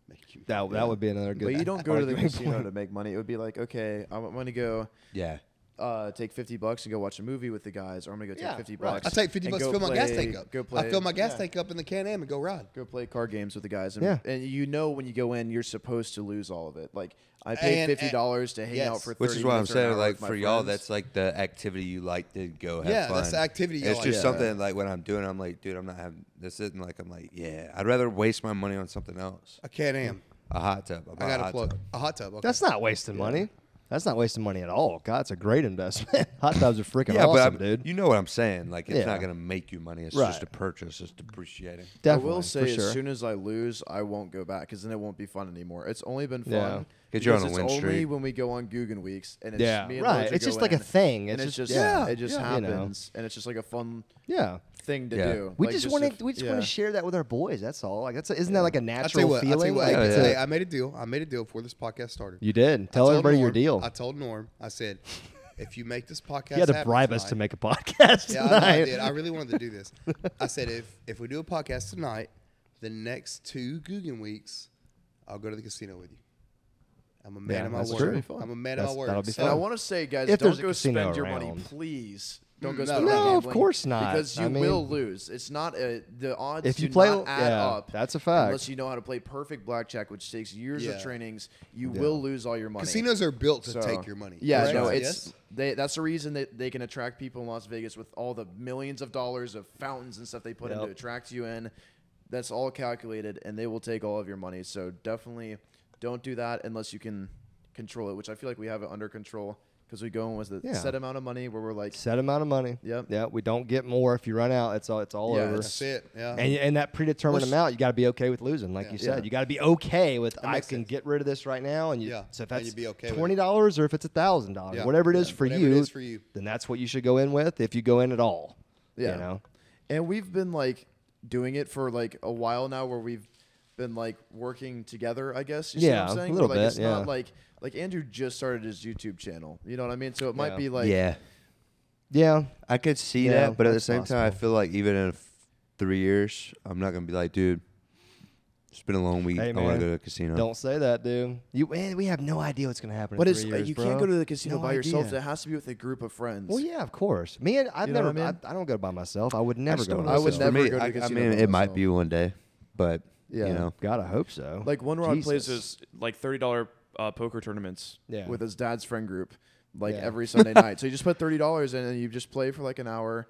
S3: make you.
S2: That,
S3: money.
S2: that would be another good.
S6: but you don't go to the
S2: arguing *laughs*
S6: casino
S2: point.
S6: to make money. It would be like, okay, I'm, going to go
S1: Yeah.
S6: uh, take 50 bucks and go watch a movie with the guys, or I'm going to go take
S2: Yeah,
S6: 50
S2: right.
S6: bucks.
S3: I take fifty
S6: and
S3: bucks
S6: go
S3: to fill my gas
S6: play-
S3: tank up.
S6: Go play,
S3: I fill my gas
S6: yeah.
S3: tank up in the Can Am and go ride.
S6: go play card games with the guys and,
S2: Yeah.
S6: and you know when you go in you're supposed to lose all of it like i paid
S3: And- and-
S6: $50 to hang out
S3: yes.
S6: for 30
S1: Which is why I'm
S6: minutes or an
S1: saying,
S6: hour
S1: like
S6: with my
S1: for y'all,
S6: friends.
S1: that's like the activity you like to go have
S3: Yeah,
S1: fun.
S3: that's the activity you
S1: It's
S3: like.
S1: just
S3: Yeah.
S1: something like when I'm doing, it, I'm like, dude, I'm not having this. Isn't like I'm like, yeah, I'd rather waste my money on something else.
S3: A Can Am.
S1: A hot tub.
S3: I got a plug. A hot tub. Okay.
S2: *laughs* That's not wasting money. That's not wasting money at all. God, it's a great investment. *laughs* Hot tubs are freaking
S1: Yeah,
S2: awesome,
S1: but I'm,
S2: dude.
S1: you know what I'm saying. Like it's
S2: Yeah.
S1: not gonna make you money. It's
S2: Right.
S1: just a purchase. It's depreciating.
S2: Definitely,
S6: i will
S2: for
S6: say
S2: sure.
S6: as soon as i lose i won't go back because then it won't be fun anymore it's only been fun
S2: Yeah.
S1: 'Cause you're on
S6: because
S1: a win
S6: it's
S1: streak.
S6: only when we go on Guggen weeks and it's
S2: Yeah.
S6: me and
S2: Right.
S6: Loja
S2: It's
S6: go
S2: just like a
S6: in,
S2: thing.
S6: and
S2: It's
S6: it's
S2: just-
S6: just
S2: yeah,
S6: it just
S2: yeah, you know.
S6: happens and it's just like a fun
S2: yeah.
S6: thing to
S1: Yeah.
S6: do
S2: We
S6: Like,
S2: just want
S6: if-
S2: to we just
S6: yeah.
S2: want to share that with our boys. That's all. Like that's a, isn't that like a
S3: I tell you
S2: natural
S3: what. I tell
S2: feeling?
S3: you what.
S2: Like,
S3: I,
S2: it's
S1: yeah.
S2: a-
S3: hey, I made a deal. I made a deal before this podcast started.
S2: You did. Tell
S3: I told
S2: everybody your
S3: Norm-
S2: deal.
S3: I told Norm. I said, if you make this podcast,
S2: you had to
S3: happen
S2: bribe us to
S3: tonight-
S2: make a podcast.
S3: Yeah, I, know I
S2: tonight.
S3: did. I really wanted to do this. I said, if if we do a podcast tonight, the next two Guggen weeks, I'll go to the casino with you. I'm a man
S2: Yeah,
S3: of my
S2: that's
S3: word.
S2: true.
S3: I'm a man of
S2: That's-
S3: my word.
S2: that'll be
S3: So
S6: and i
S2: fun.
S6: want to say guys
S2: If there's
S6: don't
S2: a
S6: go
S2: casino
S6: spend your money
S2: around.
S6: please Don't go
S3: Mm, No.
S6: spend it on
S2: No, of
S6: gambling
S2: course not.
S6: Because you
S2: I mean-
S6: will lose. It's not a, the odds.
S2: If you
S6: do
S2: play-
S6: not add
S2: yeah,
S6: up.
S2: that's a fact.
S6: Unless you know how to play perfect blackjack, which takes years
S3: Yeah.
S6: of trainings, you will lose all your money.
S3: Casinos are built to
S6: So-
S3: take your money.
S6: Yeah,
S3: right?
S6: no,
S3: Yes?
S6: it's they, that's the reason that they can attract people in Las Vegas with all the millions of dollars of fountains and stuff they put in
S2: Yep.
S6: to attract you in. That's all calculated, and they will take all of your money. So definitely, don't do that unless you can control it, which I feel like we have it under control because we go in with a
S2: Yeah.
S6: set amount of money where we're
S2: *laughs*
S6: like,
S2: set amount of money.
S6: Yep.
S2: Yeah. We don't get more if you run out. It's all. It's all
S6: Yeah,
S2: over.
S6: it's-
S3: that's it. Yeah.
S2: And, and that predetermined
S3: Well, s-
S2: amount, you got to be okay with losing, like you said.
S6: Yeah.
S2: You got to be okay with I
S3: makes
S2: can
S3: sense.
S2: get rid of this right now, and you.
S3: Yeah,
S2: So if
S3: and
S2: that's
S3: you'd be okay with it.
S2: twenty dollars, or if it's thousand dollars,
S3: Yeah,
S2: whatever it is
S3: yeah,
S2: for
S3: whatever it
S2: you,
S3: is for you.
S2: then that's what you should go in with if you go in at all.
S6: Yeah.
S2: You know.
S6: And we've been like doing it for like a while now where we've been like working together, I guess. You see
S2: Yeah,
S6: what
S2: a
S6: I'm saying?
S2: little
S6: like
S2: bit,
S6: it's
S2: yeah.
S6: not like like Andrew just started his YouTube channel. You know what I mean? So it might
S2: Yeah.
S6: be like
S1: yeah.
S2: Yeah.
S1: I could see
S2: Yeah,
S1: that, but at the
S2: that's
S1: same time, I
S2: possible.
S1: feel like even in f- three years, I'm not gonna be like, dude, it's been a long week.
S2: Hey,
S1: I want
S2: man,
S1: to go to a casino.
S2: Don't say that, dude. You man, we have no idea what's gonna happen.
S6: But
S2: in
S6: it's uh,
S2: three years,
S6: you
S2: bro.
S6: can't go to the casino
S2: No
S6: by yourself.
S2: idea.
S6: It has to be with a group of friends.
S2: Well, yeah, of course. Me and I've
S6: You know
S2: never.
S6: what I
S2: I,
S6: mean?
S2: I don't go by myself. I would never
S1: just
S2: go.
S1: don't
S2: By
S1: know.
S2: myself.
S6: I would
S1: For
S6: never
S1: me,
S6: go to a
S1: I- I
S6: casino
S1: mean,
S6: by
S1: it might
S6: myself.
S1: be one day, but
S6: Yeah.
S1: you know,
S2: God, I hope so.
S6: Like one Rod plays
S2: Jesus.
S6: his
S7: like thirty dollar uh, poker tournaments.
S2: yeah.
S6: with his dad's friend group like
S2: Yeah.
S1: *laughs*
S6: every Sunday night. So you just put thirty dollars in and you just play for like an hour.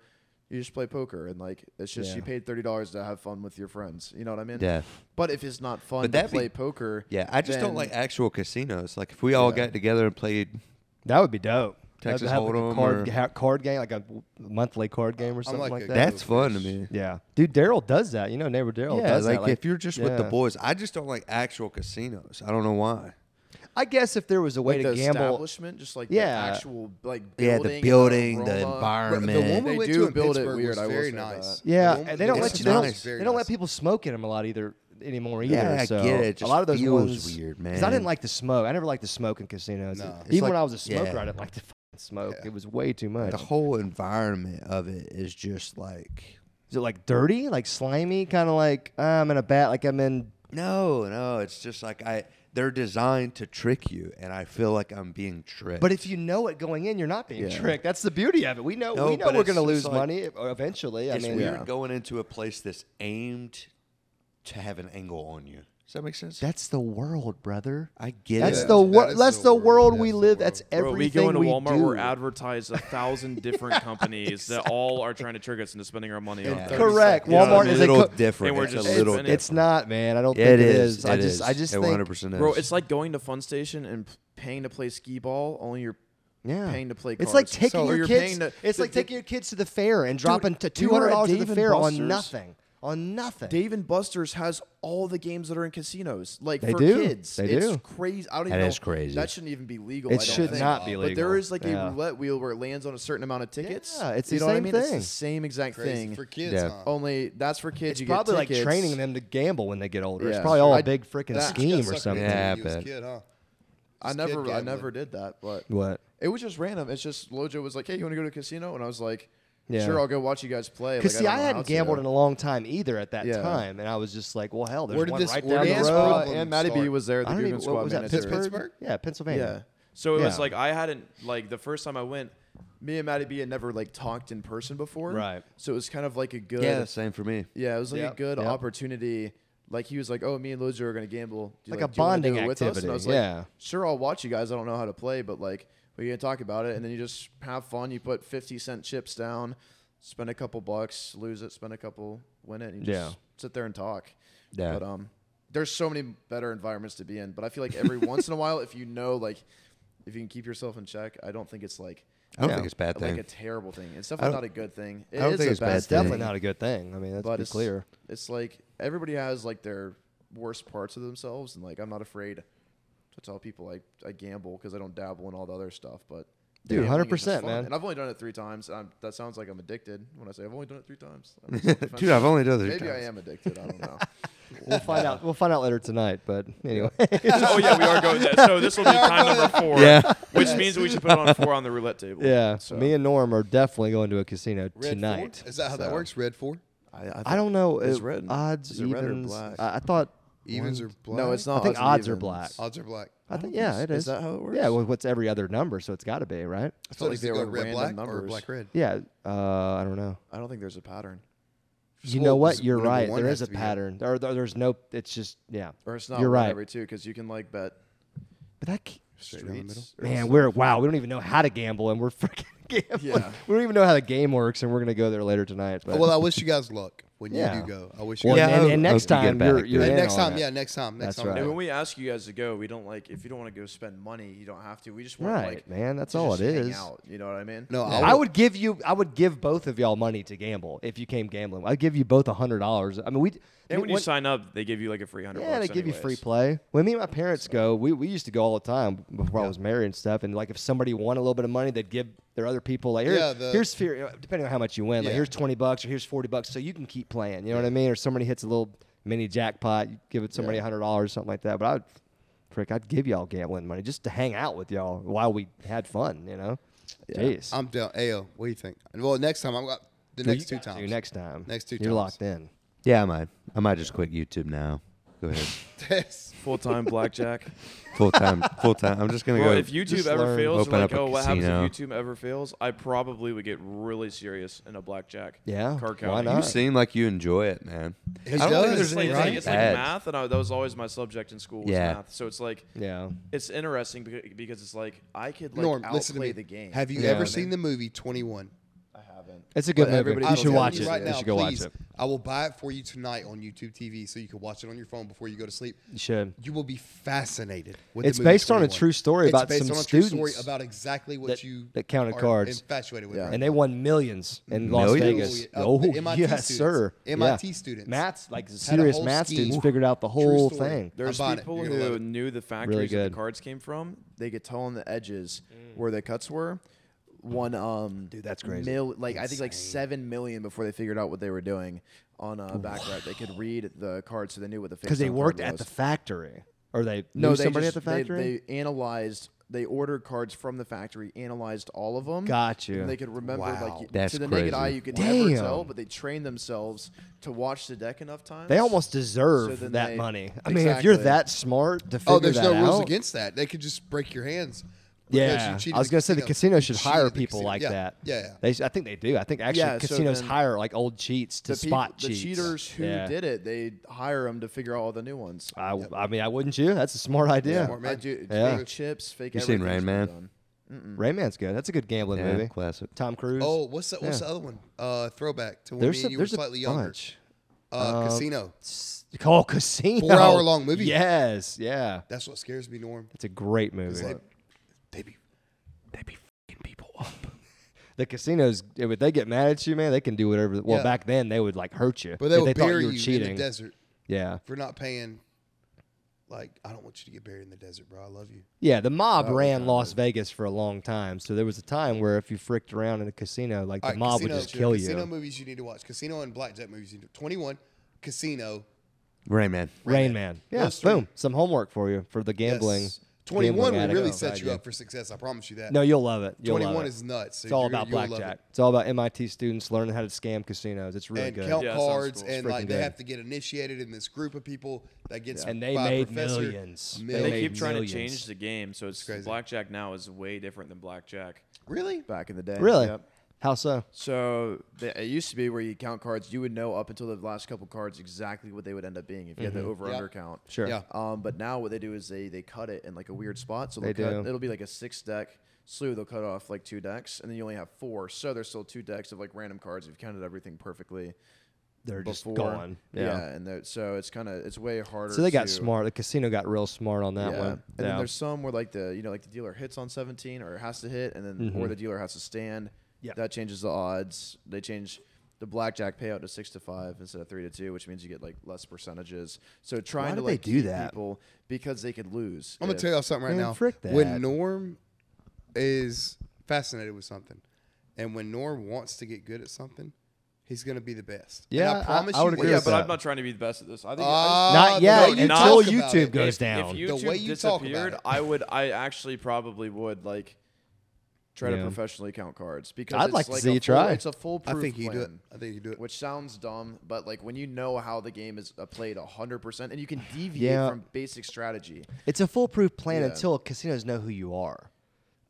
S6: You just play poker and like it's just
S2: Yeah.
S6: you paid thirty dollars to have fun with your friends. You know what I mean?
S1: Yeah.
S6: But if it's not fun
S1: But
S6: to
S1: that'd be-
S6: play poker,
S1: yeah, I just don't
S6: then-
S1: like actual casinos. Like if we all got together and played,
S2: That would be dope.
S1: Texas
S2: have like a
S1: Hold'em
S2: card,
S1: or-
S2: ha- card game, like a w- monthly card game or something
S3: like
S2: like,
S3: a-
S2: that.
S1: that's fun to me.
S2: yeah, dude, Daryl does that. You know, neighbor Daryl
S1: Yeah,
S2: does
S1: like,
S2: that. Like,
S1: if you're just with the
S2: yeah.
S1: boys, I just don't like actual casinos. I don't know why.
S2: I guess if there was a way
S6: like
S2: to
S6: the
S2: gamble,
S6: establishment, just like
S2: Yeah.
S6: the actual like
S1: Yeah, the
S6: building,
S1: building, the
S6: aroma.
S1: environment.
S6: The one
S3: They
S6: we went
S3: do
S6: to
S3: in
S6: and build it
S3: Pittsburgh
S6: weird.
S3: was
S6: I will
S3: very
S6: say
S3: nice.
S6: that.
S2: yeah,
S3: The one-
S2: and they don't
S1: it's
S2: let you.
S1: nice,
S2: they don't,
S3: very
S2: they don't let
S3: nice.
S2: people smoke in them a lot either anymore either.
S1: Yeah, I
S2: so
S1: get it. It
S2: a
S1: just
S2: lot of those
S1: feels
S2: ones,
S1: weird,
S2: Because I didn't
S1: man.
S2: like to smoke. I never liked to smoke in casinos.
S3: No. It's
S2: Even when
S1: like-
S2: I was a smoker,
S1: yeah.
S2: I didn't like to fucking smoke.
S3: Yeah.
S2: It was way too much.
S1: The whole environment of it is just like
S2: Is it like dirty, like slimy, kind of like uh, I'm in a bat, like I'm in
S1: no, no. It's just like I. They're designed to trick you, and I feel like I'm being tricked.
S2: But if you know it going in, you're not being
S6: Yeah.
S2: tricked. That's the beauty of it. We know
S1: No,
S2: we know
S1: but
S2: we're
S1: it's
S2: going to lose
S1: just like-
S2: money e- eventually. I
S1: it's
S2: mean,
S1: weird going into a place that's aimed to have an angle on you. Does that make sense?
S2: that's the world, brother.
S1: I get
S2: That's
S1: it.
S2: the
S3: that
S2: world.
S3: is
S2: That's
S3: the
S2: the
S3: world.
S2: world
S3: That's
S2: we
S3: the
S2: live.
S3: world.
S2: That's
S7: Bro,
S2: everything
S7: we go into Walmart,
S2: do.
S7: we're advertised a thousand different companies that all are trying to trick us into spending our money on.
S1: Yeah.
S7: 30
S2: Correct.
S7: seconds.
S1: You know,
S2: Walmart
S1: it's
S2: is
S1: a
S2: a
S1: little
S2: co-
S1: different.
S7: And we're
S1: it's
S7: just
S1: a little.
S7: spending
S2: It's not, man. I don't
S1: Yeah,
S2: think
S1: it is.
S2: I
S1: it
S2: just,
S1: is.
S2: I just
S1: it
S2: think,
S1: 100% is.
S6: Bro, it's like going to Fun Station and p- paying to play skee ball. Only you're
S2: yeah.
S6: paying to play. Cards.
S2: It's like
S6: So-
S2: taking
S6: or
S2: your
S6: you're
S2: kids.
S6: paying to-
S2: it's
S6: the-
S2: like
S6: the-
S2: taking your kids to the fair and dropping to
S6: we
S2: two
S6: were
S2: hundred
S6: at
S2: dollars at
S6: Dave
S2: the
S6: and
S2: fair on
S6: Buster's.
S2: nothing. On nothing.
S6: Dave and Buster's has all the games that are in casinos, like
S2: They
S6: for
S2: do.
S6: kids.
S2: They
S6: it's
S2: do.
S6: crazy. I don't
S1: That
S6: even know.
S1: is crazy.
S6: That shouldn't even be legal.
S2: It
S6: I don't
S2: should
S6: think.
S2: not be
S6: But
S2: legal.
S6: there is like
S2: Yeah.
S6: a roulette wheel where it lands on a certain amount of tickets.
S2: Yeah, it's
S6: you
S2: the
S6: know what I
S2: same
S6: mean? It's
S2: thing.
S6: the same exact
S3: crazy
S6: thing.
S3: for kids.
S1: Yeah.
S3: Huh?
S2: Oh,
S6: Only that's for kids.
S2: It's
S6: you
S2: probably
S6: get
S2: like
S6: tickets.
S2: training them to gamble when they get older. It's
S6: Yeah.
S2: probably all a
S6: I-
S2: big freaking
S6: that-
S3: You
S2: scheme
S3: got
S2: or
S3: sucked into
S2: something.
S3: it
S1: Yeah,
S3: when you was a
S1: but-
S3: kid, huh?
S6: I
S3: Just
S6: never,
S3: kid
S6: I
S3: gambling.
S6: never did that, but
S2: What?
S6: it was just random. It's just Lojo was like, "Hey, you want to go to a casino?" And I was like,
S2: Yeah.
S6: "Sure, I'll go watch you guys play."
S2: Because
S6: like,
S2: see,
S6: don't
S2: I,
S6: know
S2: hadn't
S6: how to.
S2: gambled in a long time either at that
S6: Yeah.
S2: time, and I was just like, well, hell, there's
S3: Where did
S2: one
S3: this-
S2: right
S3: where
S2: down
S3: did
S2: the
S3: this
S2: road.
S3: problem-
S6: and Maddie B
S3: start?
S6: was there,
S2: I
S6: the
S2: don't
S6: Googman
S2: even.
S6: Squad
S2: What was that?
S6: manager.
S2: Pittsburgh?
S3: Pittsburgh?
S2: Yeah,
S6: Yeah.
S2: Pennsylvania.
S6: So it was
S2: Yeah.
S6: like I hadn't like the first time I went, me and Maddie B had never like talked in person before.
S2: Right.
S6: So it was kind of like a good
S1: yeah,
S6: yeah,
S1: same for me.
S6: it was like
S2: Yep,
S6: a good
S2: yep.
S6: opportunity. Like he was like, Oh, me and Lozier are gonna gamble. Do you,
S2: Like a
S6: do you wanna do
S2: bonding
S6: it with us? And
S2: activity,
S6: I was like,
S2: yeah.
S6: Sure, I'll watch you guys. I don't know how to play, but like we can talk about it and then you just have fun. You put fifty cent chips down, spend a couple bucks, lose it, spend a couple, win it, and you just
S2: Yeah.
S6: sit there and talk.
S1: Yeah.
S6: But um there's so many better environments to be in, but I feel
S1: *laughs*
S6: like every once in a while, if you know, like, if you can keep yourself in check, I don't think it's like
S1: I don't think it's a bad
S6: like
S1: thing.
S6: a terrible thing. It's
S1: I
S6: definitely
S1: don't-
S6: not a good thing. It
S1: I don't
S6: is
S1: think
S6: a
S1: it's a
S6: bad
S1: bad
S2: It's definitely
S1: thing.
S2: not a good thing. I mean,
S6: but
S2: that's
S6: it's *laughs*
S2: clear.
S6: It's like everybody has like their worst parts of themselves, and like I'm not afraid to tell people I I gamble because I don't dabble in all the other stuff, but.
S2: Dude,
S6: gambling is
S2: 100%,
S6: just fun.
S2: man.
S6: And I've only done it three times. and I'm, that sounds like I'm addicted when I say I've only done it three times.
S2: *laughs*
S6: I'm self-defense.
S1: Dude, I've only done it.
S6: Maybe I am addicted. I don't know.
S2: We'll find out. We'll find out later tonight. But
S6: *laughs*
S2: anyway,
S7: oh yeah, we are going. There. So this will be time number four.
S1: Yeah.
S7: Which means we should put it on four on the roulette
S2: *laughs*
S7: table.
S2: yeah,
S6: So-
S2: me and Norm are definitely going to a casino
S3: Red
S2: tonight.
S3: Four? Is that how that works? Red four.
S6: I, I,
S2: I don't know.
S6: It's
S2: it-
S6: red.
S2: Odds,
S6: Is it red or
S2: evens.
S6: black?
S2: I, I thought
S3: Evens are black.
S6: No, it's
S2: I
S6: not.
S2: think
S6: and
S2: odds are
S6: evens.
S2: black.
S3: odds are black.
S2: I think yeah, it is.
S6: that how it works?
S2: Yeah, well, what's every other number? So it's got to be right.
S3: So does it
S6: there
S3: go
S6: were
S3: red
S6: random
S3: black or
S6: numbers.
S3: black red?
S2: Yeah, uh, I don't know.
S6: I don't think there's a pattern,
S2: You
S3: Well,
S2: know what?
S3: this-
S2: You're
S3: number
S2: right.
S3: one
S2: There
S3: has
S2: is a
S3: to be it.
S2: pattern. There, there- there's no. It's just yeah.
S6: or it's not.
S2: You're
S6: one
S2: right.
S6: Every two, because you can like bet.
S2: But that ca-
S3: Straight down the middle.
S6: streets or
S2: man, we're wow. We don't even know how to gamble, and we're *laughs* freaking gambling.
S6: Yeah.
S2: We don't even know how the game works, and we're gonna go there later tonight. But
S3: Oh, Well, I wish you guys luck when
S2: Yeah.
S3: you do go. I wish you
S2: Well,
S3: guys
S1: Yeah,
S2: and,
S1: I
S2: and
S1: hope
S2: next
S1: you get
S2: time
S1: back
S2: you're,
S1: to
S2: you're
S1: that.
S2: in
S3: And next
S2: on
S3: time,
S2: it.
S3: yeah, next time, next
S2: That's
S3: time.
S2: right.
S6: And when we ask you guys to go, we don't like if you don't want to go spend money, you don't have to. We just want
S2: Right,
S6: like
S2: man, that's
S6: to
S2: all
S6: just
S2: it
S6: hang
S2: is.
S6: Out, you know what I mean?
S3: No,
S2: Yeah,
S3: I
S2: I would give you. I would give both of y'all money to gamble if you came gambling. I'd give you both a hundred dollars. I mean, we.
S7: And when you
S2: one-
S7: sign up, they give you like a free hundred.
S2: yeah, they
S7: bucks
S2: give you free
S7: anyways.
S2: play. When me and my parents go, we, we used to go all the time before I was married and stuff. And like, if somebody won a little bit of money, they'd give their other people like, Here,
S3: Yeah, the-
S2: here's fear, depending on how much you win. Like,
S3: Yeah.
S2: here's twenty bucks or here's forty bucks, so you can keep playing. You know what I mean? Or somebody hits a little mini jackpot, you give it somebody a hundred dollars, something like that. But I would, frick, I'd give y'all gambling money just to hang out with y'all while we had fun. You know, jeez.
S3: I'm down. Ayo, what do you think? And, Well, next time I'm got the
S2: Well,
S3: next
S2: you
S3: two
S2: got to
S3: times.
S2: Next
S3: *laughs*
S2: time.
S3: Next two
S2: You're
S3: times.
S2: locked in.
S1: Yeah, I might. I might just quit YouTube now. Go ahead.
S3: Yes.
S2: *laughs*
S7: Full time blackjack.
S1: Full time. Full time. I'm just gonna
S7: Well,
S1: go.
S7: if YouTube
S2: Just
S7: ever
S2: learn.
S7: fails,
S1: Open
S7: you're like,
S1: up a
S7: oh, what happens if
S1: casino.
S7: YouTube ever fails? I probably would get really serious in a blackjack.
S2: Yeah,
S7: Card
S2: why
S7: counting.
S1: you
S2: not?
S1: seem like you enjoy it, man.
S3: He
S1: I don't
S3: does,
S1: think there's
S7: It's
S1: anything
S7: like, it's
S3: right?
S7: like, it's like
S1: bad.
S7: math, and I, that was always my subject in school was
S1: Yeah.
S7: math. So it's like
S2: Yeah.
S7: it's interesting beca- because it's like I could like
S3: Norm, listen to
S6: outplay
S3: me.
S6: the game.
S3: Have you
S2: Yeah.
S3: ever seen the movie Twenty One?
S6: I haven't.
S2: It's a good movie.
S6: everybody
S2: You
S6: I'll
S2: should
S6: tell
S2: watch
S6: you
S2: it.
S6: right
S2: you should go watch it.
S3: I will buy it for you tonight on YouTube TV, so you can watch it on your phone before you go to sleep.
S2: You should.
S3: You will be fascinated. With
S2: It's
S3: the movie
S2: based on a
S3: 21.
S2: true story
S3: It's
S2: about
S3: based
S2: some
S3: on a true story
S2: students
S3: about exactly what
S2: that-
S3: you
S2: that counted
S3: are
S2: cards.
S3: infatuated with.
S6: Yeah.
S3: right
S2: And they won millions in Las
S1: Millions?
S2: Vegas.
S3: Oh,
S2: Oh,
S3: yeah. Uh, the MIT
S2: yes,
S3: students.
S2: sir. Yeah.
S3: MIT students.
S2: Maths, like
S3: a
S2: serious
S3: whole
S2: math
S3: scheme.
S2: students, figured out the
S3: True
S2: whole
S3: story.
S2: thing.
S6: There's
S3: buying it.
S6: people
S3: You're gonna love
S6: who
S3: it.
S7: knew the factories that
S2: good.
S7: the cards came from.
S6: they could tell on the edges
S7: Mm.
S6: where the cuts were. One um dude,
S2: that's crazy.
S6: Mil- like I think like seven million before they figured out what they were doing on uh, back right. They could read the card, so they knew what the
S2: Because they
S6: FaceTime card
S2: worked at the
S6: was.
S2: factory. Or they
S6: no
S2: knew
S6: they
S2: somebody
S6: just-
S2: at the factory?
S6: They, they analyzed. They ordered cards from the factory, analyzed all of them.
S2: Got you.
S6: And they could remember
S3: Wow.
S6: like
S1: That's
S6: to the naked
S1: crazy.
S6: eye you could
S2: Damn.
S6: never tell, but they trained themselves to watch the deck enough times.
S2: They almost deserve
S6: then
S2: that
S6: they-
S2: money. I mean, if you're
S6: Exactly.
S2: that smart to figure
S3: Oh, there's
S2: that
S3: no rules
S2: out-
S3: against that. They could just break your hands. because you
S2: Yeah,
S3: cheated
S2: I was
S3: the
S2: gonna say the casino
S3: You
S2: should
S3: cheated
S2: hire
S3: the
S2: people
S3: casino.
S2: like
S3: Yeah.
S2: that.
S3: Yeah, yeah.
S2: They, s- I think they do. I think actually
S6: Yeah, so
S2: casinos
S6: then
S2: hare like old cheats to
S6: the peop-
S2: spot
S6: the
S2: cheats.
S6: cheaters who
S2: Yeah.
S6: did it, they hire them to figure out all the new ones.
S2: I, w- I mean, I wouldn't you? That's a smart idea.
S3: Smart
S6: I
S3: man.
S6: do,
S2: Yeah.
S6: Fake chips, fake.
S1: You seen
S6: everything's
S1: Rain Man?
S6: been done.
S2: Rayman's good. That's a good gambling
S1: Yeah,
S2: movie.
S1: classic.
S2: Tom Cruise.
S3: Oh, what's the, what's
S2: Yeah.
S3: the other one? Uh, throwback to when
S2: there's
S3: me
S2: a,
S3: and you were
S2: there's a
S3: slightly younger.
S2: bunch.
S3: Uh, casino.
S2: S- Oh, Casino.
S3: Four-hour-long movie.
S2: Yes. Yeah.
S3: That's what scares me, Norm.
S2: It's a great movie.
S3: They, they be they be fucking people up.
S2: *laughs* the casinos, if they get mad at you, man, they can do whatever. Well,
S3: Yeah.
S2: back then they would like hurt you.
S3: But they
S2: if
S3: will
S2: they thought
S3: bury
S2: you were
S3: you,
S2: cheating.
S3: in the desert
S2: yeah.
S3: for not paying. Like, I don't want you to get buried in the desert, bro. I love you.
S2: Yeah, the mob ran Las Vegas for a long time. So there was a time where if you fricked around in a casino, like
S3: All
S2: the
S3: right,
S2: mob
S3: casino,
S2: would just kill
S3: Casino
S2: you.
S3: movies you need to watch. Casino and blackjack movies you need to. Twenty one, casino.
S1: Rain Man.
S2: Rain Man. Yeah,
S3: Those three.
S2: boom. Some homework for you for the gambling.
S3: Yes. Twenty
S2: gambling
S3: one will
S2: addict Oh,
S3: really
S2: inside
S3: set you up for success. I promise you that.
S2: No, you'll love it. You'll love
S3: twenty one
S2: it.
S3: is nuts.
S2: It's all about blackjack. It's all about MIT students learning how to scam casinos. It's really
S3: and
S2: good.
S3: count
S7: Yeah, that sounds
S3: cards,
S7: cool. It's
S3: and like
S2: freaking
S3: they
S2: good.
S3: have to get initiated in this group of people that gets
S2: And they
S3: by a
S2: made
S3: professor.
S2: millions. They
S7: They
S3: Millions.
S2: made
S7: keep trying
S2: millions.
S7: to change the game, so it's,
S3: crazy.
S7: blackjack now is way different than blackjack.
S3: really?
S6: Back in the day,
S2: Really?
S6: Yep.
S2: How so?
S6: So the, it used to be where you count cards, you would know up until the last couple cards exactly what they would end up being if
S2: Mm-hmm.
S6: you had the over under count.
S2: Sure.
S3: Yeah.
S6: Um, but now what they do is they they cut it in like a weird spot. So
S2: They
S6: they'll cut,
S2: do.
S6: it'll be like a six deck slew. They'll cut off like two decks, and then you only have four. So there's still two decks of like random cards. You've counted everything perfectly.
S2: They're just
S6: before.
S2: gone. Yeah.
S6: and they're- so it's kind of it's way harder.
S2: So they got
S6: to-
S2: smart. The casino got real smart on
S6: Yeah.
S2: that one.
S6: And
S2: Yeah.
S6: then there's some where like the you know like the dealer hits on 17 or has to hit, and then
S2: Mm-hmm.
S6: or the dealer has to stand.
S2: Yeah.
S6: That changes the odds. They change the blackjack payout to six to five instead of three to two, which means you get like less percentages. So trying
S2: did
S6: to
S2: they
S6: like
S2: do
S6: keep
S2: that?
S6: people because they could lose.
S3: I'm gonna
S6: if-
S3: tell y'all something right
S2: Man,
S3: now.
S2: frick that.
S3: When Norm is fascinated with something, and when Norm wants to get good at something, he's gonna be the best. And
S2: Yeah, I-
S3: I promise
S2: I
S3: you.
S2: would agree
S7: Yeah,
S2: with
S7: but
S2: that.
S7: I'm not trying to be the best at this. I think I,
S3: Ah,
S2: Not
S3: the
S2: yet
S3: way you
S2: until
S3: talk about
S2: YouTube
S3: it.
S2: goes
S7: if,
S2: down.
S7: If YouTube
S3: The way you talk about
S7: disappeared,
S3: it.
S7: I would. I actually probably would like
S4: try to
S2: Yeah.
S4: professionally count cards because
S2: I'd
S4: it's
S2: like to
S4: like
S2: see
S4: a
S2: you
S4: full-
S2: try.
S4: It's a foolproof.
S3: I think you
S4: plan.
S3: do it. I think you do it.
S4: Which sounds dumb, but like when you know how the game is uh, played 100% and you can deviate
S2: Yeah.
S4: from basic strategy.
S2: It's a foolproof plan
S4: Yeah.
S2: until casinos know who you are.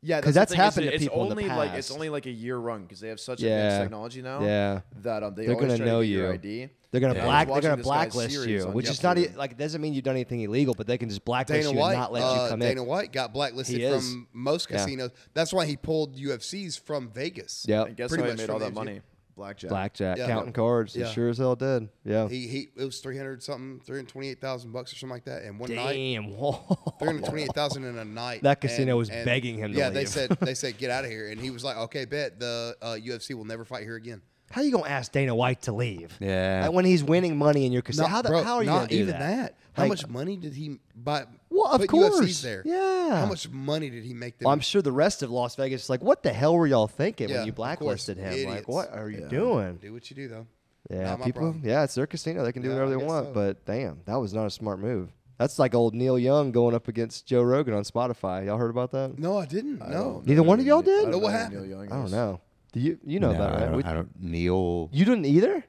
S4: Yeah,
S2: 'Cause
S4: the
S2: that's
S4: thing is
S2: happened
S4: it-
S2: to
S4: it's
S2: people in the
S4: only like it's
S2: past.
S4: only like a year run because they have such
S2: Yeah.
S4: advanced technology now.
S2: Yeah.
S4: that um, they
S2: They're
S4: always
S2: gonna
S4: try to
S2: know
S4: get your
S2: you.
S4: ID.
S2: They're gonna
S4: And I was
S2: black. They're
S4: watching
S2: gonna
S4: this guy's
S2: blacklist
S4: series
S2: you,
S4: on
S2: which is not
S4: YouTube.
S2: e- like it doesn't mean you've done anything illegal, but they can just blacklist
S3: Dana
S2: you
S3: White,
S2: and not let
S3: uh,
S2: you come
S3: Dana
S2: in.
S3: White got blacklisted
S2: He is.
S3: from most
S2: Yeah.
S3: casinos. That's why he pulled UFCs from Vegas.
S2: Yep.
S4: And guess
S3: Pretty
S4: how he
S3: much
S4: made
S3: from
S4: all that
S3: the-
S4: money? Blackjack.
S2: Blackjack,
S3: Yeah.
S2: counting cards.
S3: Yeah.
S2: It sure as hell did. Yeah.
S3: He he it was three hundred something, three hundred twenty eight thousand bucks or something like that, and one night.
S2: Damn. *laughs* whoa.
S3: Three hundred twenty-eight thousand in a night.
S2: That casino
S3: and-
S2: was
S3: and-
S2: begging him to
S3: Yeah, they
S2: leave.
S3: said
S2: *laughs*
S3: they said get out of here, and he was like, "Okay, bet the uh, UFC will never fight here again."
S2: How you gonna ask Dana White to leave?
S1: Yeah.
S2: Like, when he's winning money in your casino.
S3: Not-
S2: how, the,
S3: bro,
S2: how are you
S3: not
S2: gonna do
S3: even
S2: that?
S3: How
S2: Like-
S3: much money did he buy?
S2: Well, of
S3: put
S2: course.
S3: UFCs there.
S2: Yeah.
S3: How much money did he make? Them?
S2: Well, I'm sure the rest of Las Vegas is like, what the hell were y'all thinking
S3: Yeah,
S2: when you
S3: of course,
S2: blacklisted him?
S3: idiots.
S2: Like, what are you doing?
S3: do what you do though.
S2: Yeah,
S3: Not my
S2: people.
S3: problem.
S2: Yeah, it's their casino. They can do
S3: Yeah,
S2: whatever
S3: I
S2: they
S3: guess
S2: want.
S3: so.
S2: But damn, that was not a smart move. That's like old Neil Young going up against Joe Rogan on Spotify. Y'all heard about that?
S3: No, I didn't. no,
S2: Neither one of y'all did.
S3: I
S4: know
S3: don't- what
S4: who
S3: happened?
S4: Neil Young
S2: I don't
S4: is.
S2: know. Do you you know about it,
S1: I
S2: right?
S1: don't,
S2: We-
S1: I don't- Neil.
S2: you didn't either.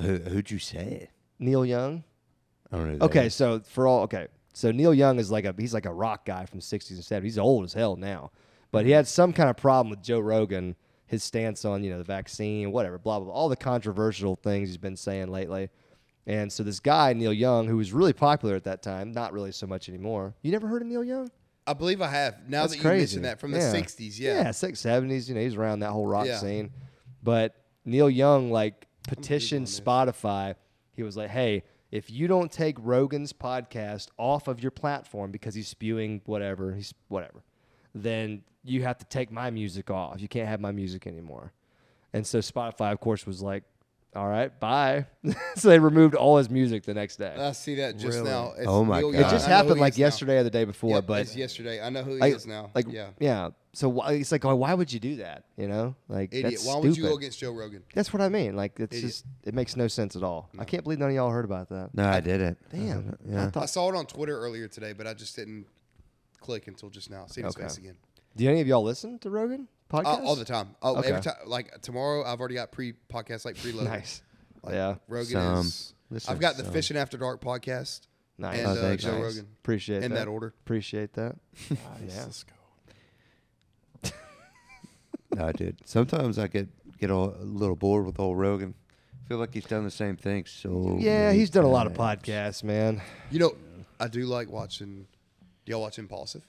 S1: Who, who'd you say?
S2: Neil Young.
S1: I don't know. who that
S2: Okay,
S1: is.
S2: so for all okay, so Neil Young is like a he's like a rock guy from sixties and seventies. He's old as hell now, but he had some kind of problem with Joe Rogan, his stance on you know the vaccine, whatever, blah blah, blah all the controversial things he's been saying lately. And so this guy Neil Young, who was really popular at that time, not really so much anymore. You never heard of Neil Young?
S3: I believe I have. Now
S2: That's
S3: that you
S2: crazy.
S3: mentioned that from the '60s, yeah,
S2: yeah, six seventies. You know, he's around that whole rock
S3: Yeah.
S2: scene. But Neil Young like petitioned Spotify. He was like, "Hey, if you don't take Rogan's podcast off of your platform because he's spewing whatever, he's whatever, then you have to take my music off. You can't have my music anymore." And so Spotify, of course, was like, "All right, bye." *laughs* so they removed all his music the next day.
S3: I see that just now. It's
S1: Oh my
S3: Neil
S1: God.
S2: it
S3: Young.
S2: just
S3: I know who
S2: happened
S3: he
S2: like
S3: is now.
S2: yesterday or the day before,
S3: Yeah,
S2: but
S3: it's yesterday. I know who he
S2: like,
S3: is now.
S2: Like,
S3: yeah,
S2: yeah. So why, it's like, why would you do that? You know, like
S3: idiot.
S2: that's
S3: Why
S2: stupid.
S3: would you go against Joe Rogan?
S2: that's what I mean. Like, it's
S3: Idiot.
S2: just it makes no sense at all. I can't believe none of y'all heard about that.
S1: No, I didn't.
S2: Damn. I
S1: Yeah.
S3: I
S2: thought,
S3: saw it on Twitter earlier today, but I just didn't click until just now. See his
S2: Okay.
S3: face again.
S2: do any of y'all listen to Rogan podcast?
S3: Uh, all the time. Oh, every
S2: Okay.
S3: time. Like tomorrow, I've already got pre podcast like preloaded.
S2: Nice. yeah.
S3: Rogan
S1: Some.
S3: is.
S1: Listen,
S3: I've got the
S1: some.
S3: Fishing After Dark podcast.
S2: Nice.
S3: And,
S1: Oh,
S3: uh,
S1: thanks.
S3: Joe
S2: Nice.
S3: Rogan.
S2: Appreciate
S3: In
S2: that.
S3: that order.
S2: Appreciate that. yeah.
S1: No, dude. Sometimes I get get all, a little bored with old Rogan. feel like he's done the same thing. So
S2: Yeah,
S1: many
S2: he's done a lot of
S1: times.
S2: podcasts, man.
S3: You know, I do like watching. Do y'all watch Impulsive?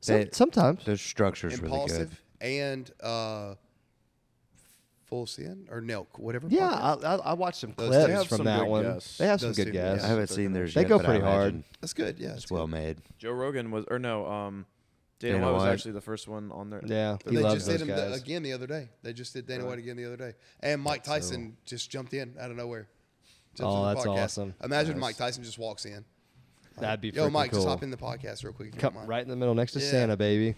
S2: Some,
S1: They-
S2: sometimes.
S1: Their structure's really good.
S3: Impulsive and uh, Full Sin or Nelk, whatever.
S2: Yeah,
S3: podcast.
S2: I, I, I watched some
S3: Those-
S2: clips
S3: they
S4: have
S2: from
S4: some
S2: that
S4: good
S2: one.
S4: guests.
S2: They have some
S3: Those
S2: good
S3: two,
S1: I
S3: yeah.
S2: guests.
S1: haven't seen theirs
S2: They
S1: yet.
S2: go
S1: but I
S2: pretty hard.
S1: imagine
S3: that's good. Yeah,
S1: It's well made.
S7: Joe Rogan was, or no, um, Dana,
S1: Dana
S7: White was
S1: White.
S7: actually the first one on there.
S2: Yeah,
S3: But
S2: he
S3: they
S2: loves
S3: just
S2: those
S3: did him
S2: guys.
S3: the, again the other day. They just did Dana White again the other day, and Mike Tyson just jumped in out of nowhere. Jumped
S2: Oh,
S3: in the
S2: that's
S3: podcast.
S2: awesome.
S3: Imagine Mike Tyson just walks in.
S2: That'd be
S3: Yo,
S2: freaking
S3: Mike,
S2: cool.
S3: just hop in the podcast real quick. if you don't
S2: Come
S3: mind.
S2: right in the middle next to
S3: Yeah.
S2: Santa, baby.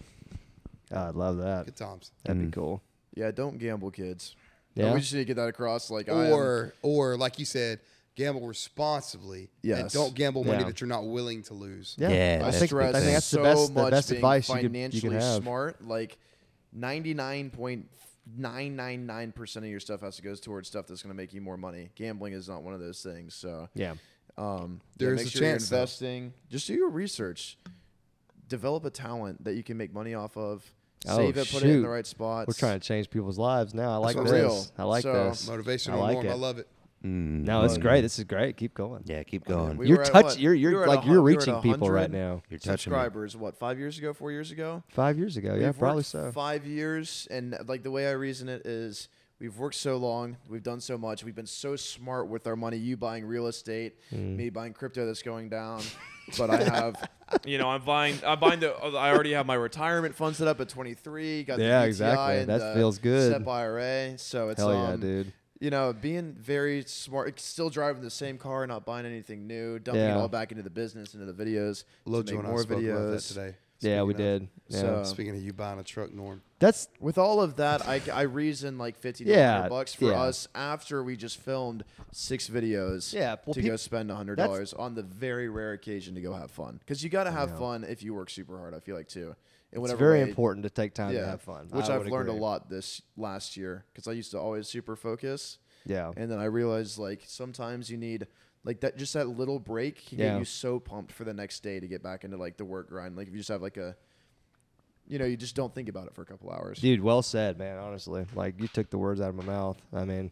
S2: God, I'd love that.
S3: Good times.
S2: That'd be cool.
S4: Yeah, don't gamble, kids.
S2: Yeah.
S4: we just need to get that across. Like, I am-
S3: Or, or like you said, gamble responsibly. And
S4: Yes.
S3: don't gamble money
S2: Yeah.
S3: that you're not willing to lose.
S2: Yeah,
S1: Yeah,
S4: I
S1: that's-
S2: think,
S4: stress
S2: I think that's
S4: so
S2: the best, the
S4: much
S2: best
S4: being
S2: advice you could,
S4: financially
S2: you could have.
S4: smart. Like ninety nine point nine nine nine percent of your stuff has to go towards stuff that's going to make you more money. Gambling is not one of those things. So
S2: Yeah,
S4: um, yeah,
S3: There's
S4: make
S3: a
S4: sure you're
S3: chance, though.
S4: investing. Just do your research. Develop a talent that you can make money off of.
S2: Oh,
S4: Save it, put it in
S2: shoot.
S4: the right spots.
S2: we're trying to change people's lives now. I like
S4: for
S2: this.
S4: real.
S2: I like
S4: So-
S2: this. I
S3: Motivational
S2: like
S3: norm.
S2: it.
S3: I love it.
S2: No,
S1: Oh,
S2: it's great. This is great. Keep going.
S1: mm, yeah, keep going.
S4: We
S2: you're
S4: were at
S2: touch.
S4: what?
S2: You're
S4: We
S2: you're
S4: were at
S2: like
S4: a hun-
S2: you're
S4: we were at
S2: reaching people
S4: 100
S2: right now.
S1: You're touching me.
S4: subscribers. What five years ago? Four years ago?
S2: Five years ago, yeah,
S4: We've
S2: probably
S4: worked
S2: so.
S4: Five years, and like the way I reason it is, we've worked so long, we've done so much, we've been so smart with our money. You buying real estate,
S2: Hmm.
S4: me buying crypto that's going
S2: *laughs*
S4: down, but I have,
S7: You know, I'm buying. I'm buying the. oh, I already have my retirement fund set up at 23. Got
S2: Yeah,
S4: the UTI
S2: exactly.
S4: And
S2: That
S4: the
S2: feels good.
S4: SEP IRA, so it's
S2: Hell yeah,
S4: um,
S2: dude.
S4: You know, being very smart, still driving the same car, not buying anything new, dumping
S2: Yeah.
S4: it all back into the business, into the videos,
S3: Lil
S4: to
S3: Joe
S4: make
S3: and I
S4: more
S3: spoke about that
S4: videos.
S3: today.
S2: yeah, we
S3: Speaking of-
S2: did. Yeah.
S6: So-
S3: Speaking of you buying a truck, Norm.
S2: That's
S6: With all of that, I, I reason like fifty to
S2: Yeah,
S6: 100 bucks for
S2: yeah.
S6: us after we just filmed six videos.
S2: Yeah, well,
S6: to
S2: peop-
S6: go spend hundred dollars on the very rare occasion to go have fun because you got to have fun if you work super hard. I feel like too. In
S2: it's
S6: whatever
S2: very
S6: way-
S2: important to take time
S6: Yeah,
S2: to have fun.
S6: Which
S2: I
S6: I've
S2: would
S6: learned a
S2: agree.
S6: lot this last year because I used to always super focus.
S2: Yeah.
S6: And then I realized like sometimes you need like that just that little break can
S2: Yeah.
S6: get you so pumped for the next day to get back into like the work grind. Like if you just have like a you know, you just don't think about it for a couple hours.
S2: Dude, well said, man. Honestly, like you took the words out of my mouth. I mean,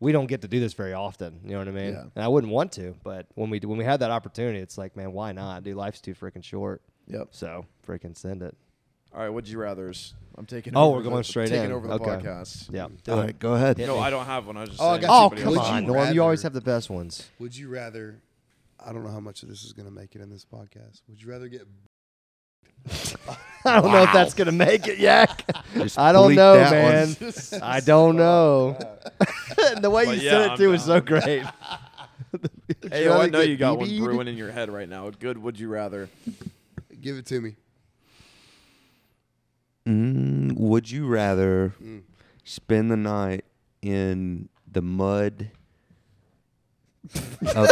S2: we don't get to do this very often. You know what I mean?
S6: Yeah.
S2: And I wouldn't want to, but when we when we had that opportunity, it's like, man, why not? Dude, life's too freaking short.
S6: Yep.
S2: So freaking send it.
S6: All right, what'd you rather's? I'm taking
S2: Oh,
S6: over
S2: we're
S6: the-
S2: going straight
S6: taking
S2: in.
S6: over the
S2: Okay.
S6: podcast.
S2: Yeah.
S1: All right, go ahead.
S2: Hit
S7: No,
S2: me.
S7: I don't have one. I was just
S3: Oh, I
S7: saying
S3: got
S2: Oh
S3: Would
S7: somebody
S2: come
S3: you
S7: else-
S2: on, Norm! You always
S3: rather-
S2: have the best ones.
S3: Would you rather? I don't know how much of this is going to make it in this podcast. Would you rather get?
S2: *laughs*
S3: *laughs*
S2: I don't know if that's gonna make it, Yak.
S1: Just
S2: I don't
S1: bleep
S2: know,
S1: that
S2: man. *laughs*
S1: one.
S2: I don't
S3: Oh,
S2: know. *laughs* the way
S7: But
S2: you
S7: yeah,
S2: said it
S7: I'm
S2: too was so *laughs*
S7: down.
S2: great.
S7: Hey, yo, I know you got one brewing in your head right now. Good. Would you rather?
S3: Give it to me.
S1: Mm, would you rather
S3: Mm.
S1: spend the night in the mud? of,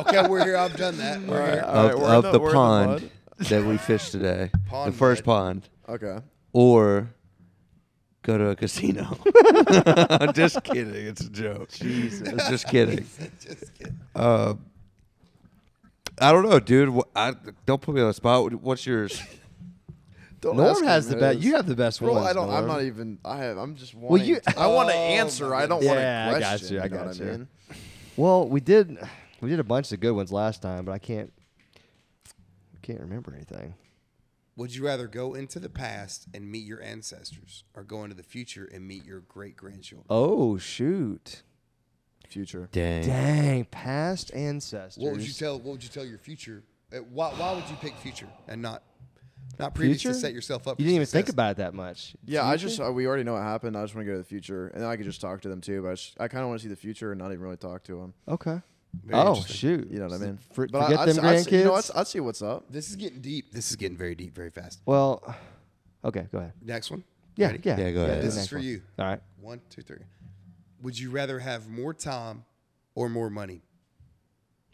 S3: Okay, we're here. I've done that. We're here.
S1: of,
S6: right, we're in
S1: of
S6: the-
S1: the,
S6: we're in the
S1: pond that we fished today,
S3: Pond
S1: the first
S3: mud.
S1: pond,
S6: Okay.
S1: or go to a casino. *laughs* just kidding, it's a joke. Jesus, just *laughs* kidding.
S3: Just kidding.
S1: Uh, I don't know, dude. Wh- I, don't put me on the spot. What's yours?
S6: Don't ask
S2: Norm
S6: him
S2: has the best.
S6: his.
S2: You have the best
S6: Bro,
S2: ones.
S6: I don't.
S2: Norm.
S6: I'm not even. I have. I'm just wanting.
S2: you-
S6: I want to
S3: Oh,
S6: answer.
S3: my
S6: I don't
S2: goodness.
S6: want to
S2: Yeah, I got
S6: question.
S2: you, I
S6: know
S2: got
S6: what
S2: you.
S6: mean?
S2: Well, we did we did a bunch of good ones last time, but I can't I can't remember anything.
S3: Would you rather go into the past and meet your ancestors, or go into the future and meet your great grandchildren?
S2: Oh shoot.
S6: Future.
S1: Dang.
S2: Dang, past ancestors.
S3: What would you tell? What would you tell your future? uh, Why, why would you pick future and not not previous
S2: Future?
S3: to set yourself up?
S2: You
S3: for
S2: didn't even
S3: success?
S2: think about it that much.
S6: Yeah, I just uh, we already know what happened. I just want to go to the future, and then I could just talk to them too. But I, just, I kind of want to see the future and not even really talk to them.
S2: Okay.
S3: Very
S2: oh
S3: interesting.
S2: shoot.
S6: You know what I mean?
S2: For,
S6: but
S2: forget
S6: I, I'd
S2: them
S6: s- I'd
S2: grandkids.
S6: s- You know, I'd, s- I'd see what's up.
S3: This is getting deep. This is getting very deep, very fast.
S2: well, okay, go ahead.
S3: Next one.
S2: Yeah,
S3: Ready?
S2: yeah.
S1: Yeah, go ahead.
S2: do the
S3: This is
S2: next
S3: for
S2: one.
S3: you.
S2: All right.
S3: One, two, three. Would you rather have more time or more money?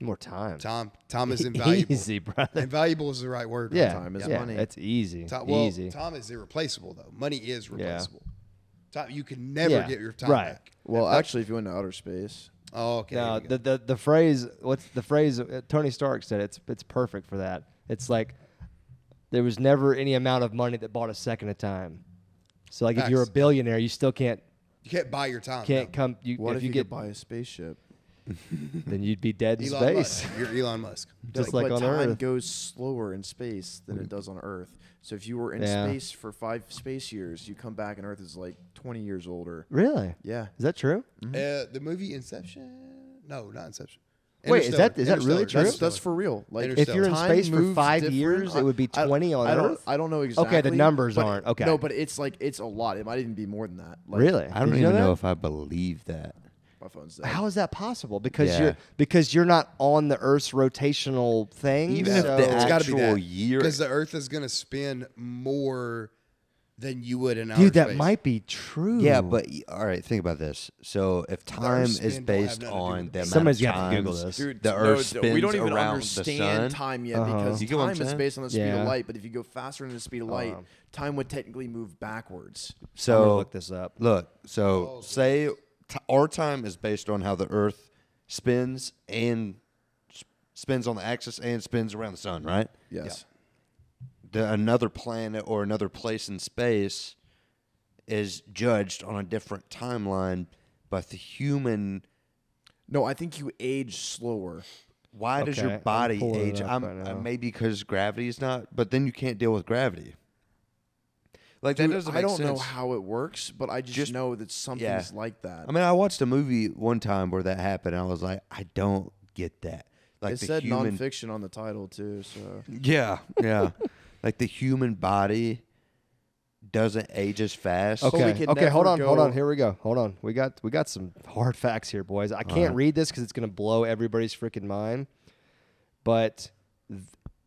S2: More time.
S3: Time. Time is
S2: *laughs*
S3: invaluable.
S2: Easy,
S3: *laughs*
S2: brother.
S3: Invaluable is the right word.
S2: Yeah.
S6: time is
S2: yeah,
S6: money.
S2: That's easy.
S3: Ti- well,
S2: easy.
S3: time is irreplaceable though. Money is replaceable. Time you can never
S2: Yeah,
S3: get your time
S2: right.
S3: back.
S6: Well, actually, if you went to outer space,
S3: Oh, okay.
S2: No,
S3: here we go.
S2: the, the the phrase what's the phrase uh, Tony Stark said it's it's perfect for that. It's like there was never any amount of money that bought a second of time. So like if you're a
S3: Facts.
S2: billionaire, you still can't
S3: you can't buy your time.
S2: can't
S3: though.
S2: come you
S6: what
S2: if,
S6: if,
S2: you, get
S6: could buy a spaceship?
S2: *laughs* then you'd be dead in
S3: Elon
S2: space.
S3: Musk. You're Elon Musk.
S2: *laughs* Just
S6: But-
S2: like
S6: but
S2: on
S6: time
S2: Earth. Mm.
S6: goes slower in space than it does on Earth. So if you were in
S2: Yeah.
S6: space for five space years, you come back and Earth is like 20 years older.
S2: Really?
S6: Yeah.
S2: Is that true?
S3: Uh, the movie Inception? No, not Inception.
S2: Wait, is that- is that really
S3: Interstellar,
S6: That's,
S2: true?
S6: that's
S3: Interstellar.
S6: for real. Like
S3: If you're
S2: in
S6: time
S2: space for
S6: moves
S2: five
S6: different.
S2: years, it would be
S6: I-
S2: 20 on
S6: I don't,
S2: Earth?
S6: I don't know
S2: the
S6: exactly.
S2: numbers
S6: but-
S2: aren't. Okay.
S6: No, but it's like it's a lot. It might even be more than that. Like,
S2: really?
S1: I don't
S2: Did you
S1: even
S2: know, that?
S1: know if I believe that.
S6: My phone's dead.
S2: How is that possible? Because
S1: Yeah.
S2: you're because you're not on the Earth's rotational thing.
S1: Even if
S2: so-
S1: the
S3: It's got to be
S1: actual
S3: that
S1: year-
S3: because the Earth is going to spin more than you would in outer
S2: dude, that
S3: space.
S2: might be true.
S1: Yeah, but y- all right, think about this. So if time
S3: Earth's
S1: is
S3: spin don't have
S1: based
S3: nothing to do with
S1: on
S3: it.
S1: the amount
S2: Somebody's
S1: of
S2: gotta Google
S1: times
S2: this.
S1: Dude,
S2: Dude,
S1: the
S6: no,
S1: Earth
S6: d-
S1: spins
S6: we don't even
S1: around the
S6: understand
S1: sun.
S6: time yet
S2: Uh-huh.
S6: because
S1: You get what I'm
S6: time is
S1: saying?
S6: based on the speed
S2: Yeah. Uh-huh.
S6: of light. But if you go faster than the speed of light, time would technically move backwards.
S2: I'm gonna
S1: So
S2: look this up.
S1: Look,
S2: Oh,
S1: so say t- our time is based on how the Earth spins and s- spins on the axis and spins around the sun, right?
S6: Yes.
S1: The another planet or another place in space is judged on a different timeline, but the human.
S6: No, I think you age slower.
S1: Why does
S2: Okay,
S1: your
S2: I'm
S1: body
S2: pulling it
S1: age?
S2: up
S1: I'm
S2: right
S1: uh,
S2: now.
S1: maybe because gravity is not, but then you can't deal with gravity. Like
S6: Dude,
S1: that doesn't.
S6: I
S1: make
S6: don't know
S1: sense.
S6: how it works, but I just,
S1: Just-
S6: know that something's
S1: yeah.
S6: like that.
S1: I mean, I watched a movie one time where that happened, and I was like, I don't get that. Like
S6: it
S1: the
S6: said
S1: human,
S6: nonfiction on the title too, so
S1: Yeah, yeah. *laughs* like the human body doesn't age as fast.
S6: But we
S2: Okay.
S6: can
S2: Okay. Hold
S6: never
S2: on. Hold on.
S6: go-
S2: Here we go. Hold on. We got we got some hard facts here, boys. I can't read this because it's gonna blow everybody's freaking mind. But th-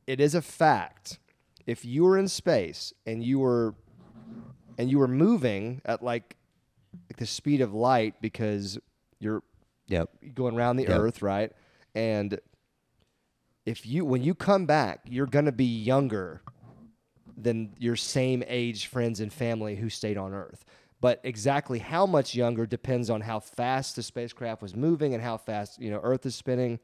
S2: it is a fact if you were in space and you were and you were moving at like, like the speed of light because you're
S1: Yep.
S2: going around the
S1: Yep.
S2: earth, right? And if you when you come back, you're gonna be younger than your same age friends and family who stayed on Earth. But exactly how much younger depends on how fast the spacecraft was moving and how fast you know Earth is spinning.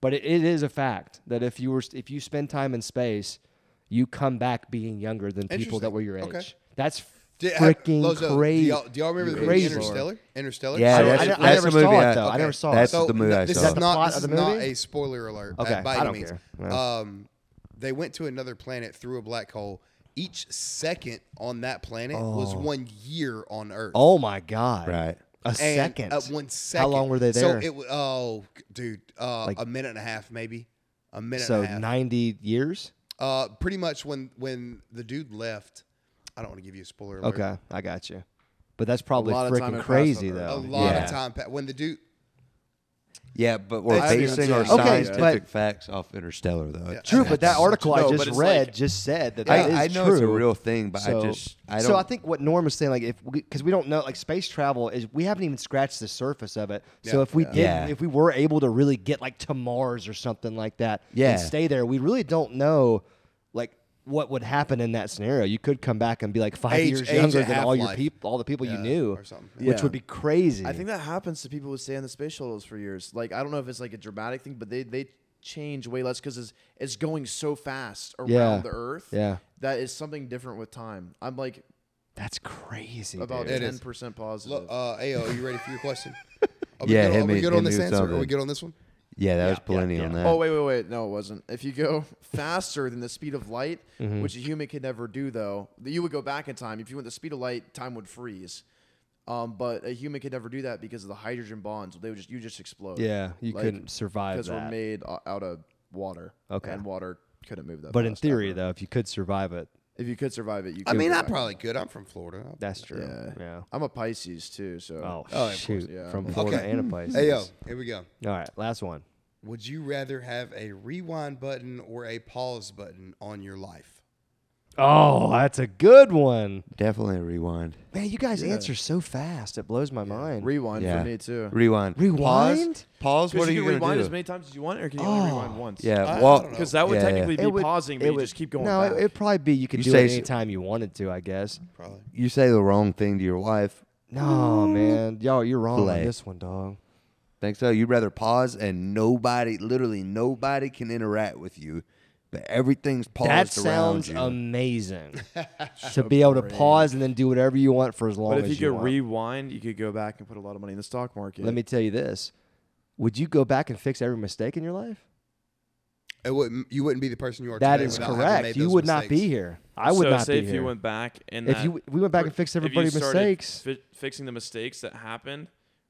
S2: But it, it is a fact that if you were if you spend time in space, you come back being younger than people that
S3: Interesting.
S2: were your age.
S3: Okay.
S2: That's
S3: Did- have-
S2: freaking
S3: Lozo,
S2: crazy.
S3: Do y'all, do y'all remember the movie
S2: Crazy.
S3: Interstellar? Interstellar.
S1: Yeah,
S2: I-
S1: that's,
S2: I- I
S1: that's
S2: never
S1: the movie.
S2: saw it,
S1: I-
S2: though. I never saw it.
S1: That's
S3: so
S1: the movie
S3: th-
S1: I
S3: this
S1: saw.
S3: Is
S2: the
S3: not,
S2: plot
S3: this
S2: of the
S3: is not
S2: movie?
S3: a spoiler alert.
S2: Okay,
S3: uh, by
S2: I
S3: any
S2: don't
S3: means.
S2: care. No.
S3: Um, they went to another planet through a black hole. Each second on that planet was one year on Earth.
S2: Oh my god!
S1: Right.
S2: a
S3: And uh,
S2: second.
S3: At one second.
S2: How long were they there?
S3: So it wa- oh, dude, uh, a minute and a half, maybe. A minute.
S2: so
S3: and a half.
S2: ninety years.
S3: Uh, pretty much when when the dude left. I don't want to give you a spoiler. Alert.
S2: Okay, I got you. But that's probably
S4: lot of time
S2: freaking
S4: had passed
S2: crazy
S4: over.
S2: though.
S3: A lot
S1: Yeah.
S3: of time pa- when the dude.
S1: Yeah, but we're
S3: That's-
S1: basing our
S3: Okay, but-
S1: scientific facts off Interstellar, though. It's-
S2: True, but that article I
S4: No,
S2: just
S4: but it's
S2: read
S4: like-
S2: just said that that is
S1: I, I know it's a
S2: true.
S1: real thing, but
S2: so,
S1: I just I don't.
S2: so I think what Norm was saying, like if because we, don't know, like space travel is we haven't even scratched the surface of it. so
S3: Yeah.
S2: if we did,
S1: Yeah.
S2: if we were able to really get like to Mars or something like that,
S1: Yeah.
S2: and stay there, we really don't know, like what would happen in that scenario. You could come back and be like five
S3: Age-
S2: years
S3: age
S2: younger
S3: at
S2: than all your
S3: half-life.
S2: people, all the people you
S3: Yeah,
S2: knew,
S3: or something.
S2: which
S4: Yeah.
S2: would be crazy.
S6: I think that happens to people who stay on the space shuttles for years. Like I don't know if it's like a dramatic thing, but they they change way less because it's it's going so fast around
S2: Yeah.
S6: the Earth.
S2: Yeah.
S6: that is something different with time. I'm like
S2: that's crazy.
S6: about
S2: dude.
S3: It
S6: ten
S3: is.
S6: percent positive.
S3: Look, uh, Ayo, are you ready for
S2: *laughs*
S3: your question? Are we
S1: Yeah,
S3: good,
S1: hit
S3: are
S1: me-
S3: we good
S1: hit
S3: on
S1: me
S3: this
S1: with
S3: answer? Are we
S1: something.
S3: good on this one?
S1: yeah, that was plenty on that.
S6: Oh wait, wait, wait! No, it wasn't. If
S2: *laughs*
S6: you go faster than the speed of light,
S2: Mm-hmm.
S6: which a human could never do, though, you would go back in time. If you went the speed of light, time would freeze. Um, but a human could never do that because of the hydrogen bonds. They would just you just explode.
S2: Yeah, you
S6: Like,
S2: couldn't survive
S6: because we're
S2: that.
S6: made o- out of water.
S2: Okay.
S6: and water couldn't move that.
S2: But in
S6: fast
S2: theory,
S6: ever.
S2: though, if you could survive it,
S6: if you could survive it, you.
S3: I
S6: could
S3: mean,
S6: go
S3: I
S6: back.
S3: probably could. I'm from Florida.
S2: that's true.
S6: Yeah.
S2: Yeah.
S6: I'm a Pisces too, so
S2: Oh,
S3: course,
S2: shoot!
S6: yeah.
S2: From
S6: Okay.
S2: Florida
S3: *laughs*
S2: and a place.
S3: Ayo, here we go.
S2: All right, last one.
S3: Would you rather have a rewind button or a pause button on your life?
S2: Oh, that's a good one.
S1: Definitely rewind.
S2: Man, you guys answer so fast; it blows my mind.
S6: rewind
S1: Yeah.
S6: for me too.
S1: Rewind.
S2: Rewind?
S1: Pause. Pause.
S7: 'Cause
S1: What are
S7: you
S1: you
S7: can
S1: going
S7: rewind
S1: to
S7: as
S1: do?
S7: many times as you want, or can you
S2: Oh,
S7: only rewind once?
S1: yeah.
S3: I- I
S1: Well,
S3: don't know.
S7: because that would
S1: Yeah, yeah.
S7: technically
S2: It
S7: be
S2: would-
S7: pausing, but
S2: it
S7: you
S2: would-
S7: just keep going.
S2: No,
S7: back.
S2: it it'd probably be you could
S1: You
S2: do
S1: say
S2: it
S1: s-
S2: anytime you wanted to, I guess.
S3: Probably.
S1: you say the wrong thing to your wife.
S2: No, man, y'all, you're wrong on
S1: Play.
S2: this one, dog.
S1: Think so? uh, You'd rather pause and nobody, literally nobody, can interact with you, but everything's paused
S2: that
S1: around
S2: sounds
S1: you.
S2: amazing. to be able to pause and then do whatever you want for as long
S7: But if
S2: as you
S7: you could
S2: want.
S7: rewind, you could go back and put a lot of money in the stock market.
S2: Let me tell you this: Would you go back and fix every mistake in your life?
S3: It wouldn't, you wouldn't be the person you are
S2: That
S3: today.
S2: is
S3: without having
S2: correct.
S3: made
S2: You
S3: those
S2: would not
S3: mistakes.
S2: be here. I would
S7: so
S2: not
S7: say
S2: be
S7: if
S2: here.
S7: you went back and
S2: If
S7: that-
S2: you- we went back and fixed
S7: if you
S2: everybody's
S7: started
S2: mistakes.
S7: fi- fixing the mistakes that happened,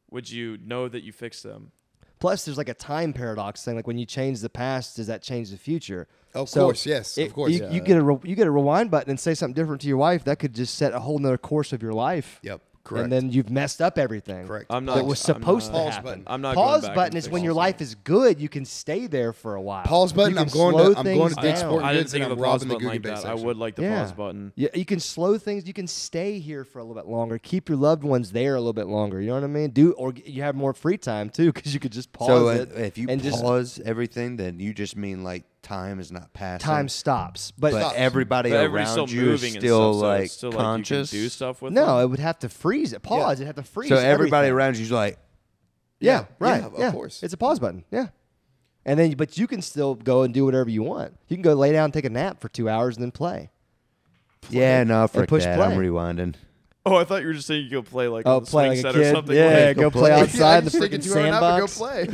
S7: would you know that you fixed them?
S2: Plus, there's like a time paradox thing. Like when you change the past, does that change the future?
S3: Of course, yes, of course.
S2: You, you get a re- you get a rewind button and say something different to your wife. That could just set a whole nother course of your life.
S3: Yep, correct.
S2: And then you've messed up everything.
S3: Correct.
S7: I'm
S3: *laughs*
S7: not.
S2: That was
S7: I'm
S2: supposed
S7: not-
S2: to
S3: Pause
S2: happen.
S3: button.
S7: I'm not.
S2: Pause
S7: going back
S2: button
S7: and
S2: is when
S7: fixing
S2: your
S7: it.
S2: life is good. You can stay there for a while.
S3: Pause button,
S2: You can
S3: I'm going
S2: slow
S3: to- I'm going
S2: things
S3: to dig
S2: down.
S3: sport.
S7: I didn't
S3: Goods
S7: think
S3: and
S7: of a
S3: I'm
S7: pause
S3: robbing the
S7: button like
S3: Googly Bag
S7: that. I
S3: section.
S7: would like the
S2: yeah.
S7: pause button.
S2: Yeah, you can slow things. You can stay here for a little bit longer. Keep your loved ones there a little bit longer. You know what I mean? Do or g- you have more free time too *laughs* because you could just pause
S1: so
S2: it.
S1: uh, if you
S2: and just
S1: pause everything, then you just mean like time is not passing.
S2: time stops, but,
S1: but
S3: stops.
S1: everybody
S7: But everybody's
S1: around
S7: still
S1: you
S7: moving
S1: is
S7: and
S1: still
S7: stuff, so
S1: like
S7: it's still
S1: conscious.
S7: Like you can do stuff with
S2: no,
S7: them.
S2: it would have to freeze it. Pause. It'd have to freeze.
S1: so everybody
S2: everything.
S1: around you's like,
S2: Yeah,
S3: Yeah,
S2: right.
S3: yeah, of
S2: yeah.
S3: course.
S2: It's a pause button. Yeah. And then, but you can still go and do whatever you want. You can go lay down, take a nap for two hours, and then play.
S1: yeah, no, frick
S2: push
S1: that. I'm
S2: play.
S1: rewinding.
S7: Oh, I thought you were just saying you could play like
S2: Oh,
S7: on the
S2: play
S7: swing
S2: like a
S7: set
S2: kid.
S7: or something.
S2: Yeah,
S7: like-
S2: go
S3: *laughs*
S2: play outside the freaking sandbox.
S6: play.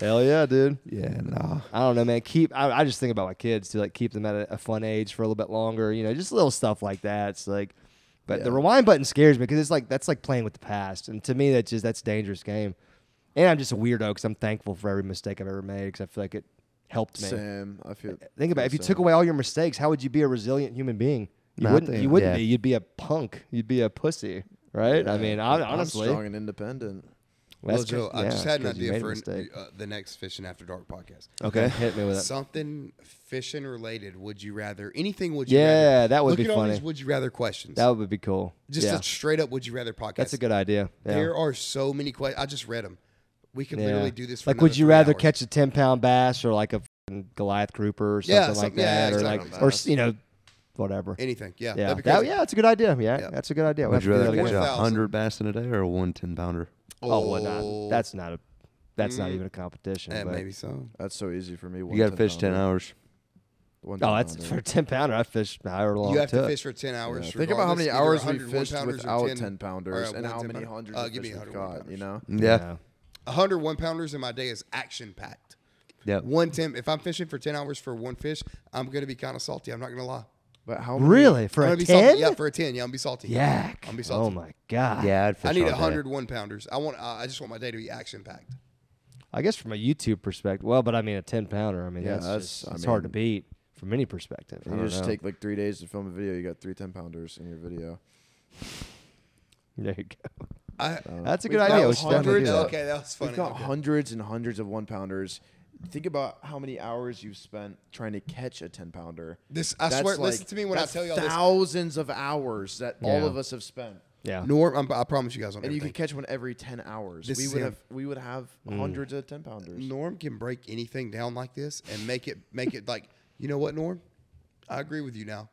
S2: Hell yeah, dude.
S1: Yeah,
S2: uh,
S1: no.
S2: I don't know, man. Keep. I, I just think about my kids to like keep them at a, a fun age for a little bit longer. You know, just little stuff like that. It's like, but the rewind button scares me because it's like that's like playing with the past, and to me that's just that's a dangerous game. And I'm just a weirdo because I'm thankful for every mistake I've ever made because I feel like it helped me.
S6: Same. I feel.
S2: Think about it. if you took away all your mistakes, how would you be a resilient human being? You
S1: Nothing.
S2: wouldn't. You wouldn't
S1: Yeah.
S2: be. You'd be a punk. You'd be a pussy, right? I mean, I, honestly,
S6: strong and independent.
S2: That's
S3: Mojo,
S2: good.
S3: I
S2: Yeah,
S3: just had an
S2: that's good. You
S3: idea
S2: made a
S3: for an,
S2: mistake.
S3: uh, the next Fishing After Dark podcast. *laughs*
S2: Okay, hit me with it.
S3: Something fishing related. Would you rather anything? Would you?
S2: Yeah,
S3: rather.
S2: that would
S3: Look
S2: be
S3: at all
S2: funny.
S3: these would you rather questions?
S2: That would be cool.
S3: just
S2: yeah.
S3: a straight up would you rather podcast.
S2: that's a good idea. Yeah.
S3: There are so many questions. I just read them. We could
S2: Yeah.
S3: literally do this. For
S2: like, would
S3: another
S2: you
S3: three
S2: rather
S3: hours.
S2: catch a ten pound bass or like a f***ing Goliath grouper or something
S3: Yeah,
S2: like
S3: some- yeah,
S2: that,
S3: exactly.
S2: or like, or s- you know, whatever.
S3: anything? Yeah,
S2: yeah,
S3: that'd be
S2: that,
S3: crazy.
S2: yeah, that's a good idea. Yeah,
S3: Yeah.
S2: that's a good idea. We
S1: Would
S2: have
S1: you
S2: to do
S1: rather
S2: that
S1: catch
S2: again.
S1: a
S3: 4,000.
S1: hundred bass in a day or a one ten pounder?
S2: Oh, well, not.
S3: Oh.
S2: That's not a. That's not even a competition.
S3: Eh,
S2: but-
S3: maybe so.
S6: That's so easy for me.
S1: You got to fish ten hours.
S2: Oh, that's for a ten pounder. I fished however long
S3: You
S2: it
S3: have
S2: took.
S3: to fish for ten hours.
S6: Think about how many
S3: regardless,
S6: hours we
S3: either 100
S6: fished
S3: one-pounders or
S6: without 10,
S3: 10
S6: pounders
S3: or, uh,
S6: and how
S3: one
S6: many
S3: 10
S6: hundreds
S3: Uh,
S6: of
S3: give
S6: fish
S3: me
S6: we
S3: 100
S6: caught, you
S3: one-pounders.
S6: know?
S1: Yeah.
S3: A hundred one pounders in my day is action packed.
S1: Yeah.
S3: One ten. If I'm fishing for ten hours for one fish, I'm gonna be kind of salty. I'm not gonna lie.
S6: But how
S2: Really for
S3: I'm
S2: a
S3: gonna be salty.
S2: ten?
S3: Yeah, for a ten. Yeah, I'm gonna be salty.
S2: Yak.
S3: I'm gonna be salty.
S2: Oh my god.
S1: Yeah, I'd fish
S3: I need
S1: all
S3: a
S1: day.
S3: hundred one pounders. I want. I I just want my day to be action packed.
S2: I guess from a YouTube perspective, well, but I mean a ten pounder. I mean
S6: Yeah,
S2: that's,
S6: that's-
S2: just,
S6: I
S2: it's hard to
S6: mean-
S2: beat from any perspective. I
S6: many? You
S2: don't
S6: just
S2: know.
S6: take like three days to film a video. You got three 10 pounders in your video.
S2: *laughs* There you go.
S3: I,
S2: That's a
S6: we've
S2: good
S6: got
S2: idea. Uh, We should definitely do
S6: hundreds
S2: that.
S6: of-
S3: Okay, that was funny.
S6: We've got
S3: Okay.
S6: hundreds and hundreds of one pounders. Think about how many hours you've spent trying to catch a ten pounder.
S3: This- I swear- listen to me when I
S6: that's
S3: tell y'all this.
S6: Thousands of hours that
S2: Yeah.
S6: all of us have spent,
S2: Yeah.
S3: Norm, I'm, I promise you guys on
S6: and you
S3: everything.
S6: could catch one every ten hours.
S3: This
S6: we
S3: is
S6: would
S3: him.
S6: have we would have
S1: Mm.
S6: hundreds of ten pounders.
S3: Norm can break anything down like this and make it make it like you know what Norm, I agree with you now.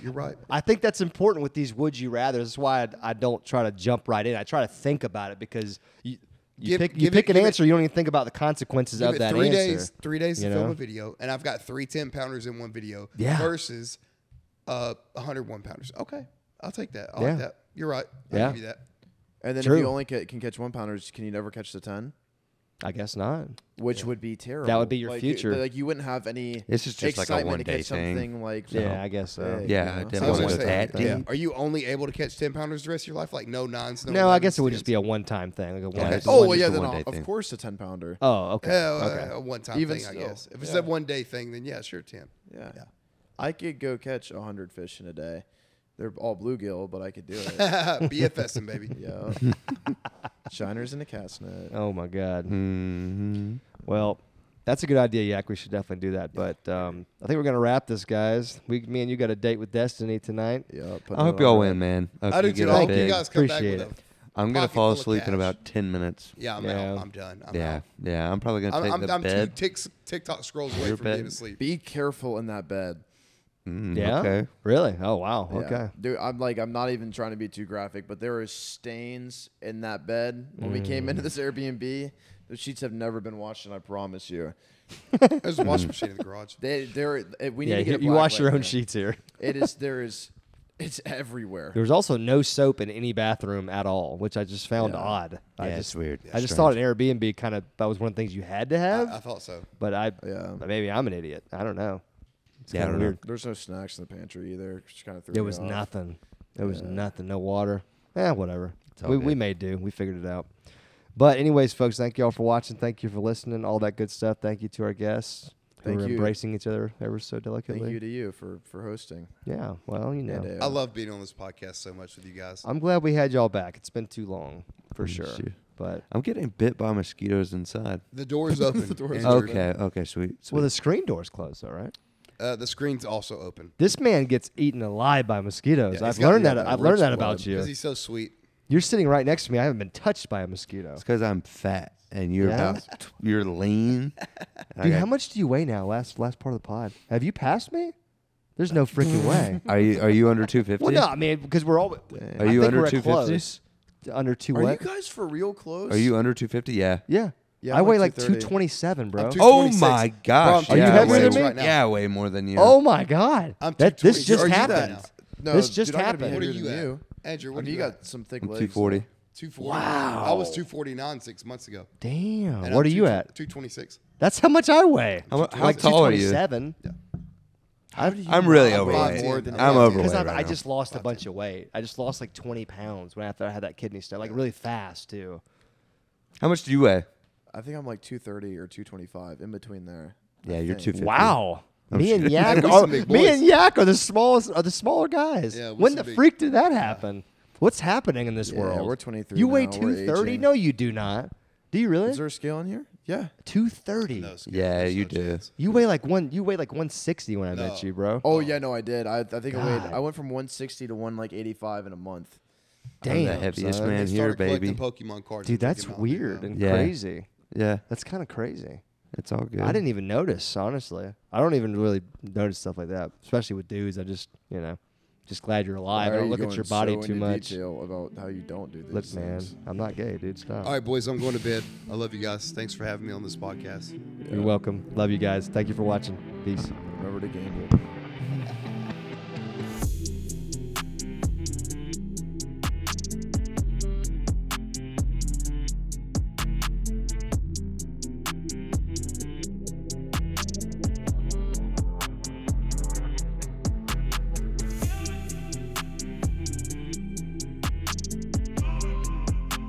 S3: You're right.
S2: I think that's important with these would you rather. That's why I, I don't try to jump right in. I try to think about it because you, you
S3: Give-
S2: pick you
S3: give it-
S2: pick an
S3: give it-
S2: answer, you don't even think about the consecuences
S3: Give
S2: of
S3: it
S2: that
S3: three
S2: answer.
S3: days, three days to
S2: you
S3: film
S2: know?
S3: a video, and I've got three 10 pounders in one video
S2: Yeah.
S3: versus uh 101 pounders. Okay, I'll take that. I'll
S2: Yeah.
S3: like that. You're right. I'll
S2: Yeah.
S3: give you that.
S6: And then
S2: True.
S6: if you only ca- can catch one pounders, can you never catch the ten?
S2: I guess not.
S6: Which would be terrible.
S2: be your
S6: Like, you-
S2: future.
S6: like you wouldn't have any.
S1: This is just like a
S6: excitement to
S1: one-day
S6: catch
S1: thing.
S6: Something like
S2: Yeah, I guess so.
S6: big,
S1: Yeah,
S6: you know?
S1: I
S3: I
S1: definitely
S3: was
S1: wouldn't
S3: gonna
S1: go
S3: say,
S1: that
S3: yeah.
S1: deep.
S3: Are you only able to catch 10 pounders the rest of your life? Like no nines, no.
S2: No, I guess
S3: elevens,
S2: it would just be
S3: 10s?
S2: a one time thing. Like a one,
S1: Okay.
S2: it's a
S6: Oh
S2: one-
S6: well, yeah.
S1: just a
S6: Then
S1: one-day
S6: of
S1: thing.
S6: course a ten pounder.
S2: Oh, okay.
S3: Yeah, uh,
S2: okay.
S3: a one-time
S6: Even
S3: thing, I
S6: still,
S3: guess. If it's a one-day thing, then yeah,
S2: *laughs*
S3: sure, 10.
S6: Yeah.
S3: Yeah.
S6: I could go catch 100 fish in a day. They're all bluegill, but I could do it.
S2: *laughs*
S3: BFSing, baby.
S6: yeah. Shiners in a cast net.
S2: Oh my god.
S1: Mhm.
S2: Well, that's a good idea, Yak. We should definitely do that. But um, I think we're gonna wrap this, guys. We, me and you got a date with Destiny tonight.
S6: Yeah.
S1: I hope y'all win, man. I hope
S3: I
S1: you
S3: do
S1: get
S3: too.
S1: up
S3: I hope you
S1: big.
S3: guys come back
S2: Appreciate
S3: with a.
S2: it.
S1: I'm gonna
S3: pocket
S1: fall
S3: full of
S1: asleep in
S3: cash.
S1: about ten minutes.
S3: Yeah, I'm
S2: Yeah.
S3: out. I'm done. I'm
S1: yeah,
S3: out.
S1: yeah. I'm probably gonna
S3: I'm,
S1: take
S3: I'm,
S1: the
S3: I'm two
S1: bed.
S3: ticks, TikTok scrolls away
S1: Your
S3: from
S1: bed.
S3: being asleep.
S6: Be careful in that bed.
S1: Mm,
S2: Yeah.
S1: Okay.
S2: Really? Oh wow.
S6: Yeah.
S2: Okay.
S6: Dude, I'm like, I'm not even trying to be too graphic, but there are stains in that bed when we came
S2: Mm.
S6: into this Airbnb. The sheets have never been washed, and I promise you,
S3: There's a washing machine in
S2: *laughs*
S3: the garage.
S6: they there. We need
S2: Yeah.
S6: to
S2: You,
S6: get. a
S2: you
S6: black
S2: wash your
S6: light
S2: own
S6: now.
S2: sheets here. *laughs*
S6: It is there is, it's everywhere.
S2: There was also no soap in any bathroom at all, which I just found odd. I
S1: Yeah,
S2: just,
S1: it's weird.
S2: I just thought an Airbnb kind of that was one of the things you had to have.
S3: I, I thought so.
S2: but I,
S6: Yeah.
S2: but maybe I'm an idiot. I don't know. It's
S1: Yeah, I
S2: kind of
S1: don't know.
S2: weird.
S6: There's no snacks in the pantry either. Just kind of threw
S2: There
S6: me
S2: was
S6: off.
S2: nothing. There was nothing. No water. Eh, whatever.
S1: all
S2: We,
S1: good.
S2: we made do. We figured it out. But anyways, folks, thank you all for watching. Thank you for listening. All that good stuff. Thank you to our guests
S6: Thank
S2: who are
S6: you.
S2: embracing each other ever so
S6: Thank
S2: delicately.
S6: you to you for for hosting.
S2: yeah. Well, you know.
S6: And, uh,
S3: I love being on this podcast so much with you guys.
S2: I'm glad we had y'all back. It's been too long, for sure.
S1: you.
S2: But
S1: I'm getting bit by mosquitoes inside.
S2: *laughs*
S3: The door's open. the, door's
S1: Okay. Okay. Sweet.
S2: well,
S1: sweet.
S2: the screen door's closed, though, right?
S3: Uh, the screen's also open
S2: This man gets eaten alive by mosquitoes.
S3: Yeah,
S2: I've
S3: he's got-
S2: learned
S3: yeah,
S2: that.
S3: that
S2: I've learned
S6: rich
S2: that
S6: blood.
S2: about
S3: because
S2: you.
S3: he's so sweet.
S2: You're sitting right next to me. I haven't been touched by a mosquito.
S1: it's because I'm fat and you're
S2: Yeah?
S1: about you're lean. and I
S2: Dude,
S1: got-
S2: how much do you weigh now? Last last part of the pod. Have you passed me? There's no *laughs* freaking way.
S1: *laughs* Are you are you under 250?
S2: Well, no, I mean because we're all.
S1: Are you
S2: I think
S1: under
S2: we're at
S1: 250?
S2: close. Under two
S6: Are
S2: what?
S6: you guys for real close?
S1: Are you under 250? Yeah.
S2: yeah.
S6: Yeah,
S2: I
S6: I'm
S2: weigh like
S6: like 230.
S2: 227, bro.
S3: I'm two-
S1: Oh
S3: 226.
S1: my gosh!
S3: Bro, I'm
S1: yeah,
S2: Are you heavier
S1: way
S2: than
S1: more-
S2: me?
S3: right now.
S1: Yeah, way more than you.
S2: oh my god.
S3: I'm
S2: that this
S3: 226.
S2: just
S3: Are you
S2: happened.
S3: that?
S6: No,
S2: this just
S6: dude, I'm gonna be
S2: happened.
S3: What are
S6: heavier
S3: you
S6: than
S3: at?
S6: you.
S3: Andrew,
S6: I
S3: what
S6: mean,
S3: are
S6: you
S3: you
S6: got
S3: at?
S6: some thick
S1: I'm
S6: legs.
S1: 240.
S3: 240. I was 249 six months ago.
S2: Damn. what
S3: and I'm
S2: are you
S3: 2
S2: at?
S3: 226
S2: That's how much I weigh.
S1: How, how
S2: like
S1: tall are you?
S2: 227.
S1: I'm really
S3: I'm
S1: overweight.
S3: five more than
S1: I'm
S3: you.
S1: overweight.
S2: Because I,
S1: right
S2: I
S1: now.
S2: just lost a bunch of weight. I just lost like 20 pounds when after I had that kidney stone, like really fast too.
S1: How much do you weigh?
S6: I think I'm like 230 or 225 in between there.
S1: Yeah, you're 250.
S2: Wow. Me
S6: *laughs*
S2: and
S1: shit.
S2: Yak,
S3: We
S2: are,
S3: some big
S2: me
S3: boys.
S2: and Yak are the smallest, are the smaller guys.
S3: Yeah, we
S2: when
S3: some
S2: the
S3: big-
S2: freak did that happen? What's happening in this
S6: Yeah,
S2: world?
S6: we're 23
S2: You weigh
S6: now, we're
S2: 230?
S6: aging.
S2: No, you do not. Do you really?
S6: Is there a scale in here? Yeah.
S2: Two thirty.
S3: No, it's good.
S1: Yeah,
S3: There's
S1: you
S3: no
S1: do.
S3: chance.
S2: You weigh like one. You weigh like one sixty when I met
S3: No.
S2: you, bro.
S6: Oh, yeah, no, I did. I, I think I weighed.
S2: God.
S6: I went from 160 to one like 85 in a month.
S1: I'm
S2: damn,
S1: the heaviest
S2: son.
S1: man
S3: They
S1: here,
S3: started
S1: baby.
S3: collecting Pokemon cards in
S2: Dude, that's
S3: Pokemon,
S2: weird
S3: you know?
S2: and
S1: Yeah.
S2: crazy.
S1: yeah,
S2: That's kind of crazy.
S1: it's all good.
S2: I didn't even notice, honestly. I don't even really notice stuff like that, especially with dudes. I just, you know, just glad you're alive.
S6: Why
S2: I
S6: are
S2: don't
S6: you
S2: look at
S6: going
S2: your body
S6: so
S2: too
S6: into
S2: much.
S6: Detail about how you don't do this.
S2: Look, man, I'm not gay, dude. Stop.
S3: All right, boys, I'm going to bed. I love you guys. Thanks for having me on this podcast.
S2: You're welcome. Love you guys. Thank you for watching. Peace.
S6: Remember to gamble.